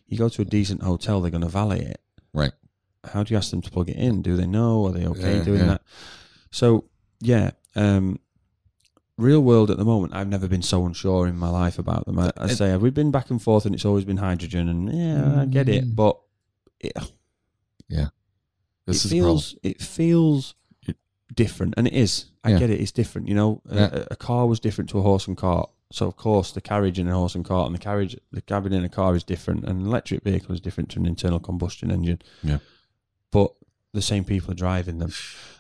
[SPEAKER 2] You go to a decent hotel, they're going to valet it.
[SPEAKER 1] Right.
[SPEAKER 2] How do you ask them to plug it in? Do they know? Are they okay
[SPEAKER 1] Yeah,
[SPEAKER 2] doing
[SPEAKER 1] yeah.
[SPEAKER 2] that? So yeah, um, real world at the moment, I've never been so unsure in my life about them. I, I
[SPEAKER 1] And-
[SPEAKER 2] say, have we been back and forth, and it's always been hydrogen, and yeah, I get it,
[SPEAKER 1] Mm.
[SPEAKER 2] but it,
[SPEAKER 1] this
[SPEAKER 2] it
[SPEAKER 1] is the problem.
[SPEAKER 2] feels it feels different, and it is. I
[SPEAKER 1] Yeah.
[SPEAKER 2] get it; it's different. You know, A-
[SPEAKER 1] Yeah.
[SPEAKER 2] a, a car was different to a horse and cart. So of course, the carriage in a horse and cart, and the carriage, the cabin in a car is different, and an electric vehicle is different to an internal combustion engine.
[SPEAKER 1] Yeah.
[SPEAKER 2] but the same people are driving them.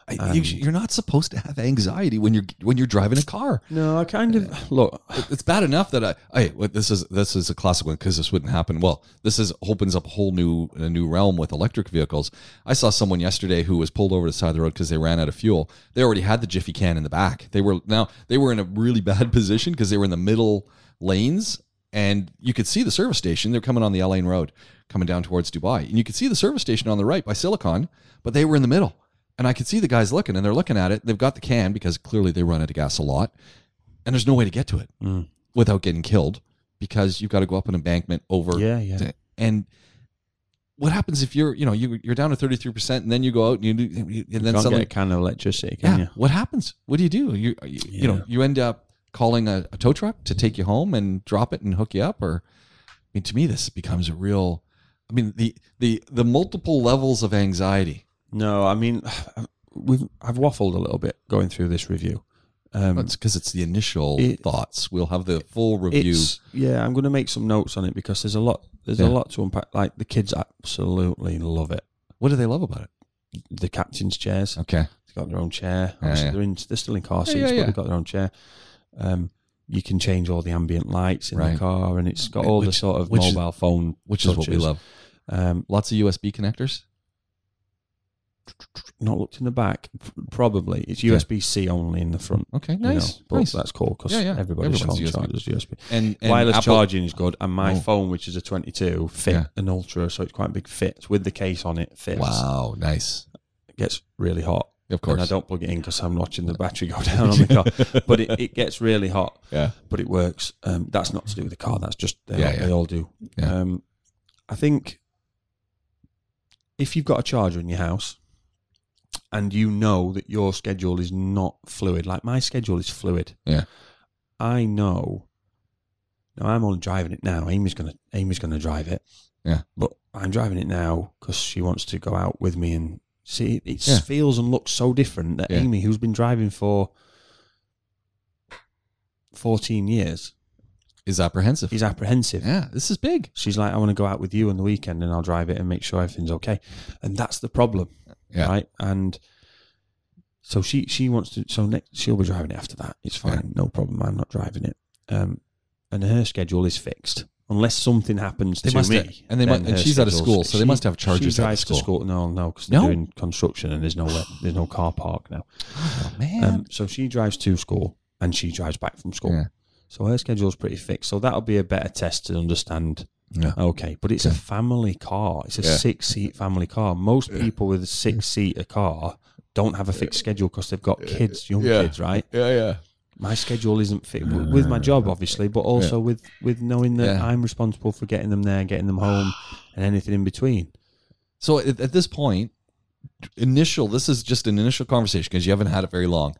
[SPEAKER 1] I- you,
[SPEAKER 2] um,
[SPEAKER 1] you're not supposed to have anxiety when you're when you're driving a car.
[SPEAKER 2] No, I kind
[SPEAKER 1] Uh,
[SPEAKER 2] of look.
[SPEAKER 1] it's bad enough that I, I well, this is this is a classic one because this wouldn't happen. Well, this is opens up a whole new a new realm with electric vehicles. I saw someone yesterday who was pulled over to the side of the road because they ran out of fuel. They already had the jiffy can in the back. They were now they were in a really bad position because they were in the middle lanes and you could see the service station. They're coming on the Lane Road, coming down towards Dubai, and you could see the service station on the right by Silicon, but they were in the middle. And I could see the guys looking, and they're looking at it. They've got the can because clearly they run out of gas a lot, and there's no way to get to it
[SPEAKER 2] Mm.
[SPEAKER 1] without getting killed because you've got to go up an embankment over
[SPEAKER 2] Yeah, yeah.
[SPEAKER 1] to- and what happens if you're you know you, you're down to 33% and then you go out and you do and then
[SPEAKER 2] Can't
[SPEAKER 1] suddenly
[SPEAKER 2] get a can of electricity,
[SPEAKER 1] yeah,
[SPEAKER 2] can you?
[SPEAKER 1] what happens what do you do you you, you know
[SPEAKER 2] Yeah.
[SPEAKER 1] you end up calling a, a tow truck to take you home and drop it and hook you up or i mean to me this becomes a real I mean the the the multiple levels of anxiety.
[SPEAKER 2] No, I mean, we've I've waffled a little bit going through this review. Um,
[SPEAKER 1] That's because it's the initial
[SPEAKER 2] It-
[SPEAKER 1] thoughts. We'll have the full review.
[SPEAKER 2] it's yeah, I'm going to make some notes on it because there's a lot. There's
[SPEAKER 1] Yeah.
[SPEAKER 2] a lot to unpack. Like the kids absolutely love it.
[SPEAKER 1] What do they love about it?
[SPEAKER 2] The captain's chairs.
[SPEAKER 1] Okay.
[SPEAKER 2] They've got their own chair.
[SPEAKER 1] Yeah,
[SPEAKER 2] Obviously,
[SPEAKER 1] yeah.
[SPEAKER 2] They're, in, they're still in car
[SPEAKER 1] Yeah,
[SPEAKER 2] seats,
[SPEAKER 1] yeah, yeah.
[SPEAKER 2] but they've got their own chair. Um, you can change all the ambient lights in
[SPEAKER 1] Right.
[SPEAKER 2] the car, and it's got
[SPEAKER 1] Wh-
[SPEAKER 2] all the
[SPEAKER 1] which-
[SPEAKER 2] sort of
[SPEAKER 1] which is-
[SPEAKER 2] mobile phone,
[SPEAKER 1] Which is what we
[SPEAKER 2] touches.
[SPEAKER 1] love.
[SPEAKER 2] Um,
[SPEAKER 1] Lots of USB connectors.
[SPEAKER 2] not looked in the back, p- probably. It's
[SPEAKER 1] Yeah.
[SPEAKER 2] USB C only in the front.
[SPEAKER 1] Okay,
[SPEAKER 2] you know,
[SPEAKER 1] nice.
[SPEAKER 2] but
[SPEAKER 1] nice.
[SPEAKER 2] that's cool because
[SPEAKER 1] Yeah, yeah.
[SPEAKER 2] everybody's
[SPEAKER 1] Everyone's
[SPEAKER 2] phone
[SPEAKER 1] USB.
[SPEAKER 2] charges USB.
[SPEAKER 1] And, and
[SPEAKER 2] Wireless
[SPEAKER 1] Apple-
[SPEAKER 2] charging is good, and my
[SPEAKER 1] Oh.
[SPEAKER 2] phone, which is a 22, fit
[SPEAKER 1] Yeah.
[SPEAKER 2] an ultra, so it's quite a big fit with the case on it. Fits.
[SPEAKER 1] Wow, nice.
[SPEAKER 2] It gets really hot.
[SPEAKER 1] Of
[SPEAKER 2] And I
[SPEAKER 1] course.
[SPEAKER 2] don't plug it in because I'm watching the battery go down on the car. but it, it gets really hot,
[SPEAKER 1] yeah.
[SPEAKER 2] but it works. Um, that's not to do with the car. That's just they,
[SPEAKER 1] Yeah,
[SPEAKER 2] all,
[SPEAKER 1] yeah.
[SPEAKER 2] they all do.
[SPEAKER 1] Yeah.
[SPEAKER 2] Um, I think if you've got a charger in your house and you know that your schedule is not fluid, like my schedule is fluid.
[SPEAKER 1] Yeah.
[SPEAKER 2] I know. Now I'm only driving it now. Amy's gonna Amy's gonna drive it.
[SPEAKER 1] Yeah.
[SPEAKER 2] But I'm driving it now because she wants to go out with me and see. It
[SPEAKER 1] Yeah.
[SPEAKER 2] feels and looks so different that
[SPEAKER 1] Yeah.
[SPEAKER 2] Amy, who's been driving for 14 years
[SPEAKER 1] Is apprehensive.
[SPEAKER 2] is apprehensive.
[SPEAKER 1] yeah, this is big.
[SPEAKER 2] She's like, I want to go out with you on the weekend and I'll drive it and make sure everything's okay. And that's the problem.
[SPEAKER 1] Yeah.
[SPEAKER 2] Right. And so she, she wants to, so next, she'll be driving it after that. It's fine. No problem. I'm not driving it. Um, and her schedule is fixed unless something happens
[SPEAKER 1] They
[SPEAKER 2] to
[SPEAKER 1] must
[SPEAKER 2] me.
[SPEAKER 1] have- and they
[SPEAKER 2] then
[SPEAKER 1] mu- and
[SPEAKER 2] her
[SPEAKER 1] she's out of
[SPEAKER 2] schedule's
[SPEAKER 1] school,
[SPEAKER 2] fixed.
[SPEAKER 1] so they must have chargers
[SPEAKER 2] She
[SPEAKER 1] out of
[SPEAKER 2] drives
[SPEAKER 1] school.
[SPEAKER 2] to school. No, no, because
[SPEAKER 1] No?
[SPEAKER 2] they're doing construction and there's nowhere, there's no car park now.
[SPEAKER 1] Oh man.
[SPEAKER 2] Um, so she drives to school and she drives back from school.
[SPEAKER 1] Yeah.
[SPEAKER 2] So her schedule's pretty fixed. So that'll be a better test to understand.
[SPEAKER 1] Yeah.
[SPEAKER 2] Okay, but it's a family car. It's a
[SPEAKER 1] Yeah.
[SPEAKER 2] six-seat family car. Most people with a six-seater car don't have a fixed schedule because they've got kids, young
[SPEAKER 1] Yeah.
[SPEAKER 2] kids, right?
[SPEAKER 1] yeah, yeah.
[SPEAKER 2] My schedule isn't fit w- with my job, obviously, but also with with knowing that
[SPEAKER 1] Yeah.
[SPEAKER 2] I'm responsible for getting them there, getting them home, and anything in between.
[SPEAKER 1] So at, at this point, initial. This is just an initial conversation because you haven't had it very long.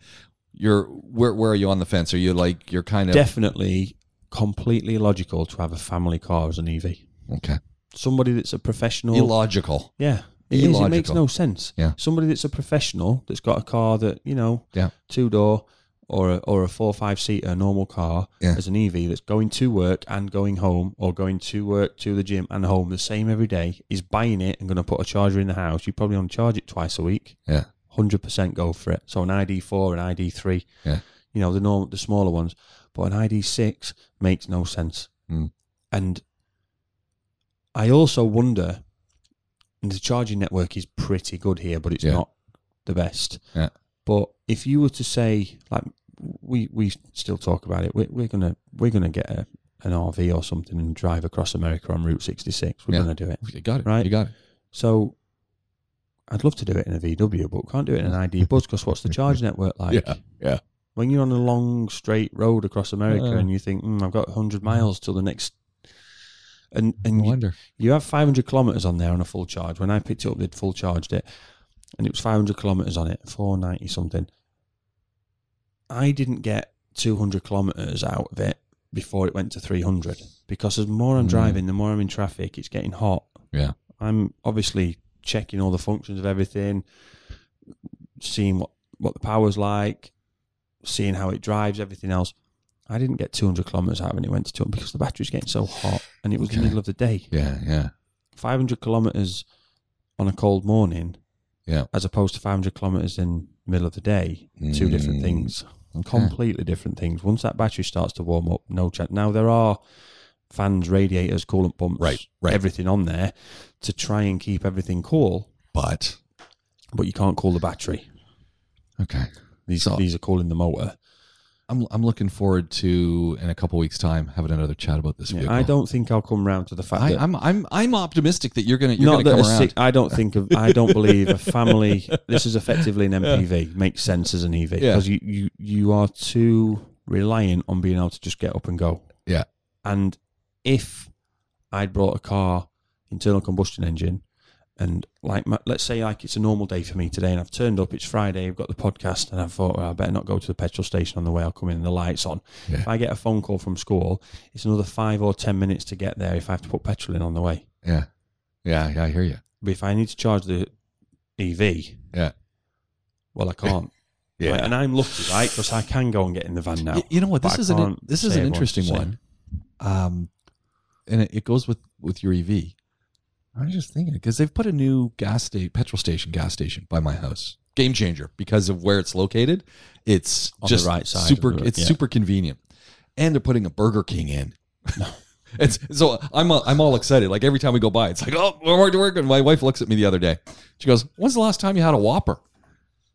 [SPEAKER 1] You're where? Where are you on the fence? Are you like you're kind of
[SPEAKER 2] Definitely, completely illogical to have a family car as an EV.
[SPEAKER 1] okay?
[SPEAKER 2] Somebody that's a professional,
[SPEAKER 1] Illogical.
[SPEAKER 2] Yeah. It, is. it makes
[SPEAKER 1] Illogical.
[SPEAKER 2] no sense.
[SPEAKER 1] Yeah.
[SPEAKER 2] Somebody that's a professional that's got a car that, you know,
[SPEAKER 1] Yeah.
[SPEAKER 2] two door or a, or a four five seater normal car
[SPEAKER 1] Yeah.
[SPEAKER 2] as an EV that's going to work and going home or going to work to the gym and home the same every day is buying it and going to put a charger in the house. You probably only charge it twice a week.
[SPEAKER 1] Yeah.
[SPEAKER 2] 100% go for it. So an ID4 an ID3.
[SPEAKER 1] Yeah.
[SPEAKER 2] You know, the norm, the smaller ones, but an ID6 makes no sense.
[SPEAKER 1] Mm.
[SPEAKER 2] And I also wonder and the charging network is pretty good here, but it's
[SPEAKER 1] Yeah.
[SPEAKER 2] not the best.
[SPEAKER 1] Yeah.
[SPEAKER 2] But if you were to say, like, we we still talk about it, we're, we're gonna we're gonna get a, an RV or something and drive across America on Route 66. We're
[SPEAKER 1] Yeah.
[SPEAKER 2] gonna do it.
[SPEAKER 1] You got it.
[SPEAKER 2] Right.
[SPEAKER 1] You got it.
[SPEAKER 2] So I'd love to do it in a VW, but can't do it in an ID Buzz because what's the charge network like?
[SPEAKER 1] Yeah, yeah. Uh.
[SPEAKER 2] When you're on a long straight road across America
[SPEAKER 1] Yeah.
[SPEAKER 2] and you think, mm, I've got 100 miles till the next, and and
[SPEAKER 1] No
[SPEAKER 2] you,
[SPEAKER 1] wonder.
[SPEAKER 2] you have 500 kilometers on there on a full charge. When I picked it up, they'd full charged it, and it was 500 kilometers on it, 490 something. I didn't get 200 kilometers out of it before it went to 300 because the more I'm
[SPEAKER 1] Mm.
[SPEAKER 2] driving, the more I'm in traffic. It's getting hot.
[SPEAKER 1] Yeah.
[SPEAKER 2] I'm obviously checking all the functions of everything, seeing what what the power's like, seeing how it drives, everything else. I didn't get 200 kilometers out when it went to 200 because the battery's getting so hot and it was
[SPEAKER 1] Okay.
[SPEAKER 2] the middle of the day.
[SPEAKER 1] Yeah, yeah,
[SPEAKER 2] 500 kilometers on a cold morning,
[SPEAKER 1] Yeah.
[SPEAKER 2] as opposed to 500 kilometers in the middle of the day, two
[SPEAKER 1] Mm,
[SPEAKER 2] different things,
[SPEAKER 1] okay.
[SPEAKER 2] completely different things. Once that battery starts to warm up, no chance. Now there are fans, radiators, coolant pumps,
[SPEAKER 1] Right, right.
[SPEAKER 2] everything on there to try and keep everything cool,
[SPEAKER 1] But
[SPEAKER 2] but you can't cool the battery.
[SPEAKER 1] okay.
[SPEAKER 2] These
[SPEAKER 1] So-
[SPEAKER 2] these are cooling the motor.
[SPEAKER 1] I'm I'm looking forward to in a couple weeks' time having another chat about this. vehicle.
[SPEAKER 2] I don't think I'll come round to the fact
[SPEAKER 1] I,
[SPEAKER 2] that
[SPEAKER 1] I'm I'm I'm optimistic that you're gonna you're
[SPEAKER 2] not
[SPEAKER 1] gonna
[SPEAKER 2] that
[SPEAKER 1] come
[SPEAKER 2] a
[SPEAKER 1] around.
[SPEAKER 2] si- I don't think of I don't believe a family this is effectively an MPV makes sense as an EV
[SPEAKER 1] Yeah.
[SPEAKER 2] because you, you you are too reliant on being able to just get up and go.
[SPEAKER 1] Yeah.
[SPEAKER 2] And if I'd brought a car internal combustion engine and like my, let's say like it's a normal day for me today and I've turned up it's Friday I've got the podcast and I thought well, I better not go to the petrol station on the way I'll come in and the lights on.
[SPEAKER 1] Yeah.
[SPEAKER 2] If I get a phone call from school it's another 5 or 10 minutes to get there if I have to put petrol in on the way.
[SPEAKER 1] yeah, Yeah, yeah, I hear you.
[SPEAKER 2] But if I need to charge the EV,
[SPEAKER 1] Yeah.
[SPEAKER 2] well, I can't.
[SPEAKER 1] Yeah.
[SPEAKER 2] Like, and I'm lucky, right? Because I can go and get in the van now.
[SPEAKER 1] Y- you know what?
[SPEAKER 2] but
[SPEAKER 1] This
[SPEAKER 2] I
[SPEAKER 1] is an
[SPEAKER 2] can't
[SPEAKER 1] this is
[SPEAKER 2] say
[SPEAKER 1] an
[SPEAKER 2] I want to
[SPEAKER 1] interesting
[SPEAKER 2] say.
[SPEAKER 1] one, um, and it, it goes with with your EV. I was just thinking because they've put a new gas station, petrol station, gas station by my house. Game changer because of where it's located. It's
[SPEAKER 2] On the
[SPEAKER 1] just
[SPEAKER 2] right side of
[SPEAKER 1] super.
[SPEAKER 2] the road,
[SPEAKER 1] it's
[SPEAKER 2] yeah.
[SPEAKER 1] super convenient, and they're putting a Burger King in. It's, so I'm i I'm all excited. Like every time we go by, it's like, oh, we're hard to work. And my wife looks at me the other day. She goes, "When's the last time you had a Whopper?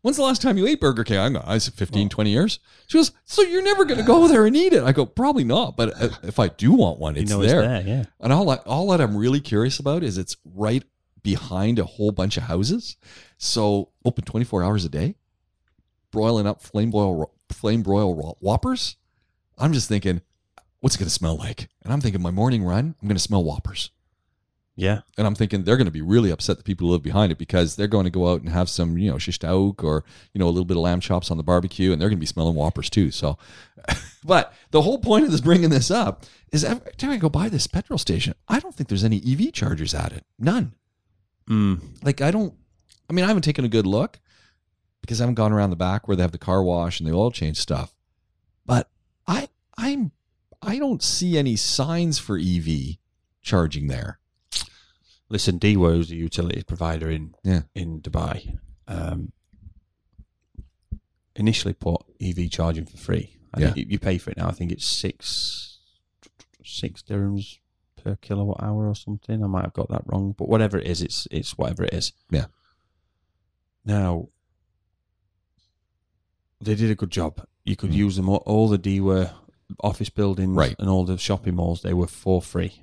[SPEAKER 1] When's the last time you ate Burger King?" I go, "I said 15, 20 years." She goes, "So you're never going to go there and eat it?" I go, "Probably not, but uh, if I do want one,
[SPEAKER 2] You
[SPEAKER 1] it's,
[SPEAKER 2] know
[SPEAKER 1] there.
[SPEAKER 2] it's there, yeah.
[SPEAKER 1] And all I, all that I'm really curious about is it's right behind a whole bunch of houses, so open 24 hours a day, broiling up flame boil ro- flame broil ro- whoppers. I'm just thinking, what's it going to smell like? And I'm thinking, my morning run, I'm going to smell whoppers.
[SPEAKER 2] Yeah.
[SPEAKER 1] And I'm thinking they're going to be really upset the people who live behind it because they're going to go out and have some, you know, shishtauk or, you know, a little bit of lamb chops on the barbecue and they're going to be smelling whoppers too. So, but the whole point of this bringing this up is every time I go by this petrol station, I don't think there's any EV chargers at it. None.
[SPEAKER 2] Mm.
[SPEAKER 1] Like, I don't, I mean, I haven't taken a good look because I haven't gone around the back where they have the car wash and the oil change stuff. But I, I'm, I don't see any signs for EV charging there.
[SPEAKER 2] Listen, DWO is a utilities provider in
[SPEAKER 1] Yeah.
[SPEAKER 2] in Dubai. Um, initially put EV charging for free. I
[SPEAKER 1] Yeah.
[SPEAKER 2] think you- you pay for it now. I think it's six six dirhams per kilowatt hour or something. I might have got that wrong, but whatever it is, it's it's whatever it is.
[SPEAKER 1] Yeah.
[SPEAKER 2] Now they did a good job. You could
[SPEAKER 1] Mm.
[SPEAKER 2] use them all, all the DWO office buildings
[SPEAKER 1] Right.
[SPEAKER 2] and all the shopping malls. They were for free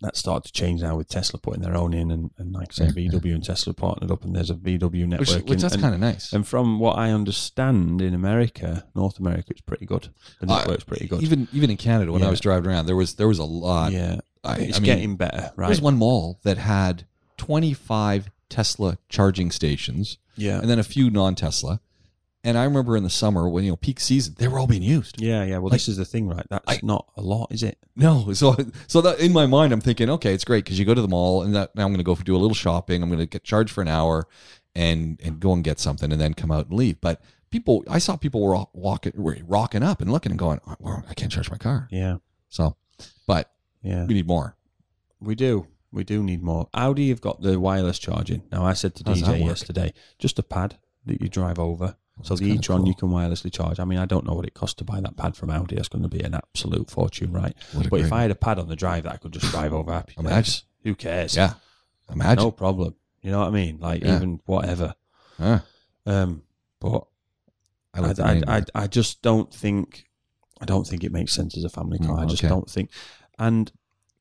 [SPEAKER 2] that started to change now with Tesla putting their own in, and, and like I say,
[SPEAKER 1] Yeah,
[SPEAKER 2] VW and Tesla partnered up, and there's a VW network.
[SPEAKER 1] Which, which
[SPEAKER 2] and-
[SPEAKER 1] that's
[SPEAKER 2] and,
[SPEAKER 1] kind of nice.
[SPEAKER 2] and from what I understand in America, North America, it's pretty good. The
[SPEAKER 1] Uh,
[SPEAKER 2] network's pretty good.
[SPEAKER 1] Even even in Canada, when I
[SPEAKER 2] Yeah.
[SPEAKER 1] was driving around, there was there was a lot.
[SPEAKER 2] yeah,
[SPEAKER 1] I, I
[SPEAKER 2] it's
[SPEAKER 1] mean,
[SPEAKER 2] getting better,
[SPEAKER 1] there
[SPEAKER 2] right?
[SPEAKER 1] was one mall that had twenty five Tesla charging stations,
[SPEAKER 2] yeah,
[SPEAKER 1] and then a few non Tesla. And I remember in the summer when you know peak season, they were all being used.
[SPEAKER 2] yeah, yeah. Well, this is the thing, right? That's
[SPEAKER 1] I-
[SPEAKER 2] not a lot, is it?
[SPEAKER 1] No, so so that in my mind, I'm thinking, okay, it's great because you go to the mall, and that, now I'm going to go do a little shopping. I'm going to get charged for an hour, and and go and get something, and then come out and leave. But people, I saw people were all walking, were rocking up and looking and going, "Oh, well, I can't charge my car.
[SPEAKER 2] Yeah,
[SPEAKER 1] So, but
[SPEAKER 2] yeah.
[SPEAKER 1] we need more.
[SPEAKER 2] We do. We do need more. Audi have got the wireless charging. Now, I said to
[SPEAKER 1] How does that
[SPEAKER 2] DJ
[SPEAKER 1] work?
[SPEAKER 2] yesterday, just a pad that you drive over. So
[SPEAKER 1] that's
[SPEAKER 2] the
[SPEAKER 1] kinda
[SPEAKER 2] e-tron
[SPEAKER 1] cool.
[SPEAKER 2] you can wirelessly charge. I mean, I don't know what it costs to buy that pad from Audi. That's going to be an absolute fortune, right?
[SPEAKER 1] What a
[SPEAKER 2] But if
[SPEAKER 1] great-
[SPEAKER 2] I had a pad on the drive that I could just drive over happy
[SPEAKER 1] Imagine.
[SPEAKER 2] days, who cares?
[SPEAKER 1] yeah, imagine.
[SPEAKER 2] No problem. You know what I mean? Like
[SPEAKER 1] Yeah.
[SPEAKER 2] even whatever.
[SPEAKER 1] Huh.
[SPEAKER 2] Um, but
[SPEAKER 1] I
[SPEAKER 2] I,
[SPEAKER 1] like the
[SPEAKER 2] I,
[SPEAKER 1] name
[SPEAKER 2] I,
[SPEAKER 1] of it.
[SPEAKER 2] I just don't think I don't think it makes sense as a family car.
[SPEAKER 1] Mm,
[SPEAKER 2] I just
[SPEAKER 1] okay.
[SPEAKER 2] don't think. And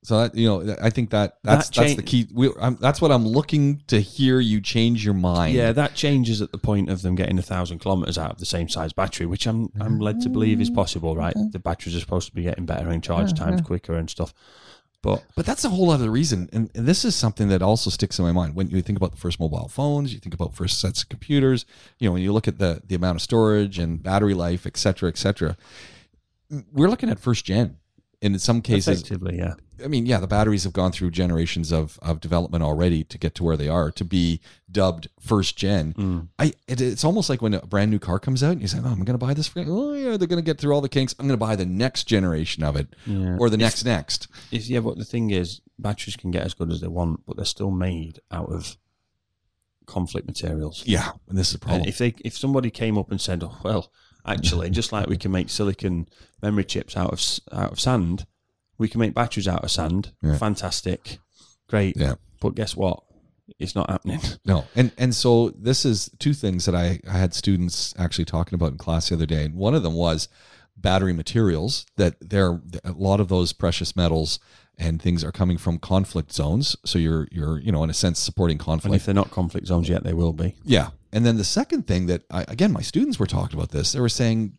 [SPEAKER 1] so that you know, th- I think that that's
[SPEAKER 2] That
[SPEAKER 1] that's
[SPEAKER 2] cha-
[SPEAKER 1] the key. We, I'm, that's what I'm looking to hear you change your mind.
[SPEAKER 2] yeah, that changes at the point of them getting a thousand kilometers out of the same size battery, which I'm I'm led to believe is possible. Right, the batteries are supposed to be getting better and charge times quicker and stuff. But
[SPEAKER 1] but that's a whole other reason, and, and this is something that also sticks in my mind. When you think about the first mobile phones, you think about first sets of computers. You know, when you look at the the amount of storage and battery life, et cetera, et cetera. We're looking at first gen, and in some cases,
[SPEAKER 2] effectively, yeah,
[SPEAKER 1] I mean, yeah, the batteries have gone through generations of of development already to get to where they are to be dubbed first gen.
[SPEAKER 2] Mm.
[SPEAKER 1] I it, it's almost like when a brand new car comes out and you say, "Oh, I'm going to buy this." For, oh, yeah, they're going to get through all the kinks. I'm going to buy the next generation of it,
[SPEAKER 2] yeah.
[SPEAKER 1] or the next next.
[SPEAKER 2] It's, yeah, but the thing is, batteries can get as good as they want, but they're still made out of conflict materials.
[SPEAKER 1] Yeah, and this is a problem.
[SPEAKER 2] And if they, if somebody came up and said, "Oh well, actually, just like we can make silicon memory chips out of s- out of sand, we can make batteries out of sand.
[SPEAKER 1] Yeah.
[SPEAKER 2] Fantastic, great.
[SPEAKER 1] Yeah.
[SPEAKER 2] But guess what? It's not happening.
[SPEAKER 1] No, and and so this is two things that I, I had students actually talking about in class the other day, and one of them was battery materials that there a lot of those precious metals and things are coming from conflict zones. So you're you're you know in a sense supporting
[SPEAKER 2] And
[SPEAKER 1] conflict.
[SPEAKER 2] if they're not conflict zones yet, they will be.
[SPEAKER 1] Yeah. And then the second thing that I, again, my students were talking about this. They were saying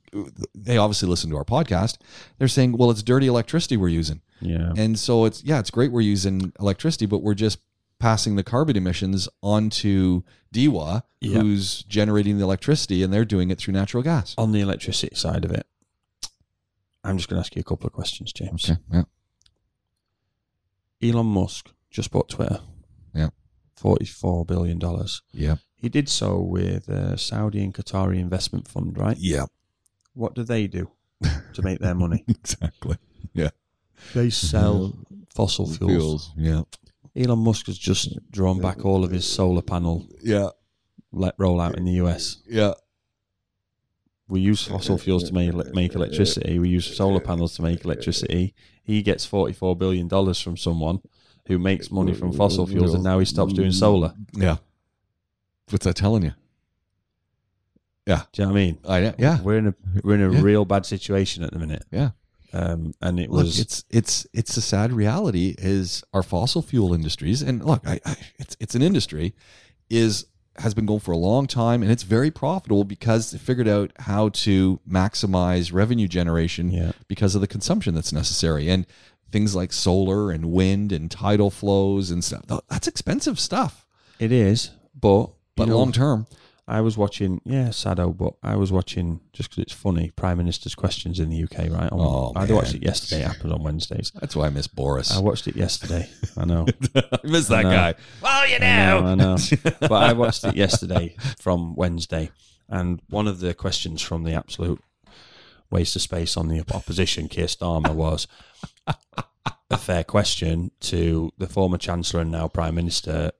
[SPEAKER 1] they obviously listen to our podcast. They're saying, well, it's dirty electricity we're using.
[SPEAKER 2] Yeah.
[SPEAKER 1] And so it's, yeah, it's great we're using electricity, but we're just passing the carbon emissions onto DIWA,
[SPEAKER 2] Yeah.
[SPEAKER 1] who's generating the electricity and they're doing it through natural gas.
[SPEAKER 2] On the electricity side of it, I'm just going to ask you a couple of questions, James.
[SPEAKER 1] Yeah.
[SPEAKER 2] Elon Musk just bought Twitter.
[SPEAKER 1] Yeah.
[SPEAKER 2] $44 billion.
[SPEAKER 1] Yeah.
[SPEAKER 2] He did so with a Saudi and Qatari investment fund, right?
[SPEAKER 1] Yeah.
[SPEAKER 2] What do they do to make their money?
[SPEAKER 1] Exactly.
[SPEAKER 2] They sell fossil fuels.
[SPEAKER 1] Yeah.
[SPEAKER 2] Elon Musk has just drawn back all of his solar panel
[SPEAKER 1] Yeah.
[SPEAKER 2] let roll out in the US.
[SPEAKER 1] Yeah.
[SPEAKER 2] We use fossil fuels to make, make electricity. We use solar panels to make electricity. He gets $44 billion from someone who makes money from fossil fuels and now he stops doing solar.
[SPEAKER 1] Yeah. What's that telling you?
[SPEAKER 2] Do you know what I mean?
[SPEAKER 1] I yeah.
[SPEAKER 2] We're in a we're in a
[SPEAKER 1] Yeah.
[SPEAKER 2] real bad situation at the minute.
[SPEAKER 1] Yeah.
[SPEAKER 2] Um, and it
[SPEAKER 1] Look,
[SPEAKER 2] was
[SPEAKER 1] it's it's it's a sad reality is our fossil fuel industries and look, I, I it's it's an industry is has been going for a long time and it's very profitable because they figured out how to maximize revenue generation
[SPEAKER 2] yeah.
[SPEAKER 1] because of the consumption that's necessary and things like solar and wind and tidal flows and stuff. Th- That's expensive stuff,
[SPEAKER 2] It is, but
[SPEAKER 1] but
[SPEAKER 2] you know,
[SPEAKER 1] long term,
[SPEAKER 2] I was watching, yeah, Sado, but I was watching just because it's funny. Prime Minister's questions in the UK, right? On-
[SPEAKER 1] Oh,
[SPEAKER 2] I
[SPEAKER 1] man.
[SPEAKER 2] watched it yesterday. It happened on Wednesdays.
[SPEAKER 1] that's why I miss Boris.
[SPEAKER 2] I watched it yesterday. I know.
[SPEAKER 1] I miss that
[SPEAKER 2] know.
[SPEAKER 1] guy. Well, you
[SPEAKER 2] I know,
[SPEAKER 1] know.
[SPEAKER 2] I know. but I watched it yesterday from Wednesday, and one of the questions from the absolute waste of space on the opposition, Keir Starmer, was a fair question to the former Chancellor and now Prime Minister.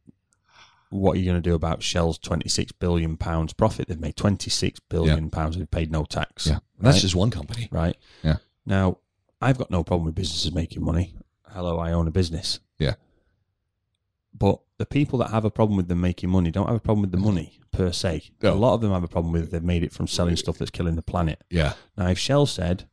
[SPEAKER 2] What are you going to do about Shell's twenty-six billion pounds profit they've made? Twenty-six billion pounds they've paid no tax
[SPEAKER 1] Yeah, that's
[SPEAKER 2] Right.
[SPEAKER 1] just one company.
[SPEAKER 2] right?
[SPEAKER 1] Yeah.
[SPEAKER 2] Now, I've got no problem with businesses making money. Hello, I own a business.
[SPEAKER 1] Yeah.
[SPEAKER 2] But the people that have a problem with them making money don't have a problem with the money per se.
[SPEAKER 1] No.
[SPEAKER 2] A lot of them have a problem with they've made it from selling stuff that's killing the planet.
[SPEAKER 1] Yeah,
[SPEAKER 2] Now, if Shell said,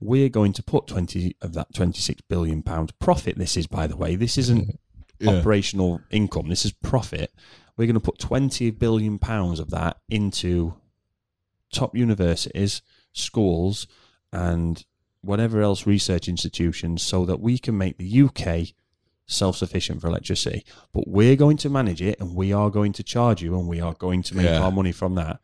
[SPEAKER 2] we're going to put 20 of that 26 billion pounds profit, this is, by the way, this isn't
[SPEAKER 1] Yeah.
[SPEAKER 2] operational income, this is profit. We're going to put 20 billion pounds of that into top universities, schools, and whatever else research institutions so that we can make the UK self sufficient for electricity. But we're going to manage it and we are going to charge you and we are going to make
[SPEAKER 1] Yeah.
[SPEAKER 2] our money from that.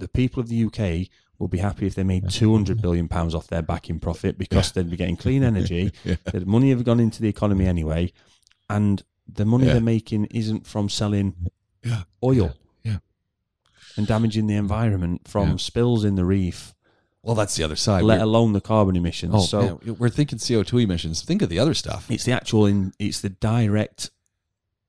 [SPEAKER 2] The people of the UK will be happy if they made 200 billion pounds off their back in profit because they'd be getting clean energy.
[SPEAKER 1] Yeah.
[SPEAKER 2] The money have gone into the economy anyway. And the money
[SPEAKER 1] Yeah.
[SPEAKER 2] they're making isn't from selling
[SPEAKER 1] Yeah.
[SPEAKER 2] oil
[SPEAKER 1] Yeah.
[SPEAKER 2] and damaging the environment from
[SPEAKER 1] Yeah.
[SPEAKER 2] spills in the reef
[SPEAKER 1] well, that's the other side.
[SPEAKER 2] let
[SPEAKER 1] We're-
[SPEAKER 2] alone the carbon emissions.
[SPEAKER 1] oh,
[SPEAKER 2] so
[SPEAKER 1] man, we're thinking CO two emissions. Think of the other stuff.
[SPEAKER 2] it's the actual, in, it's the direct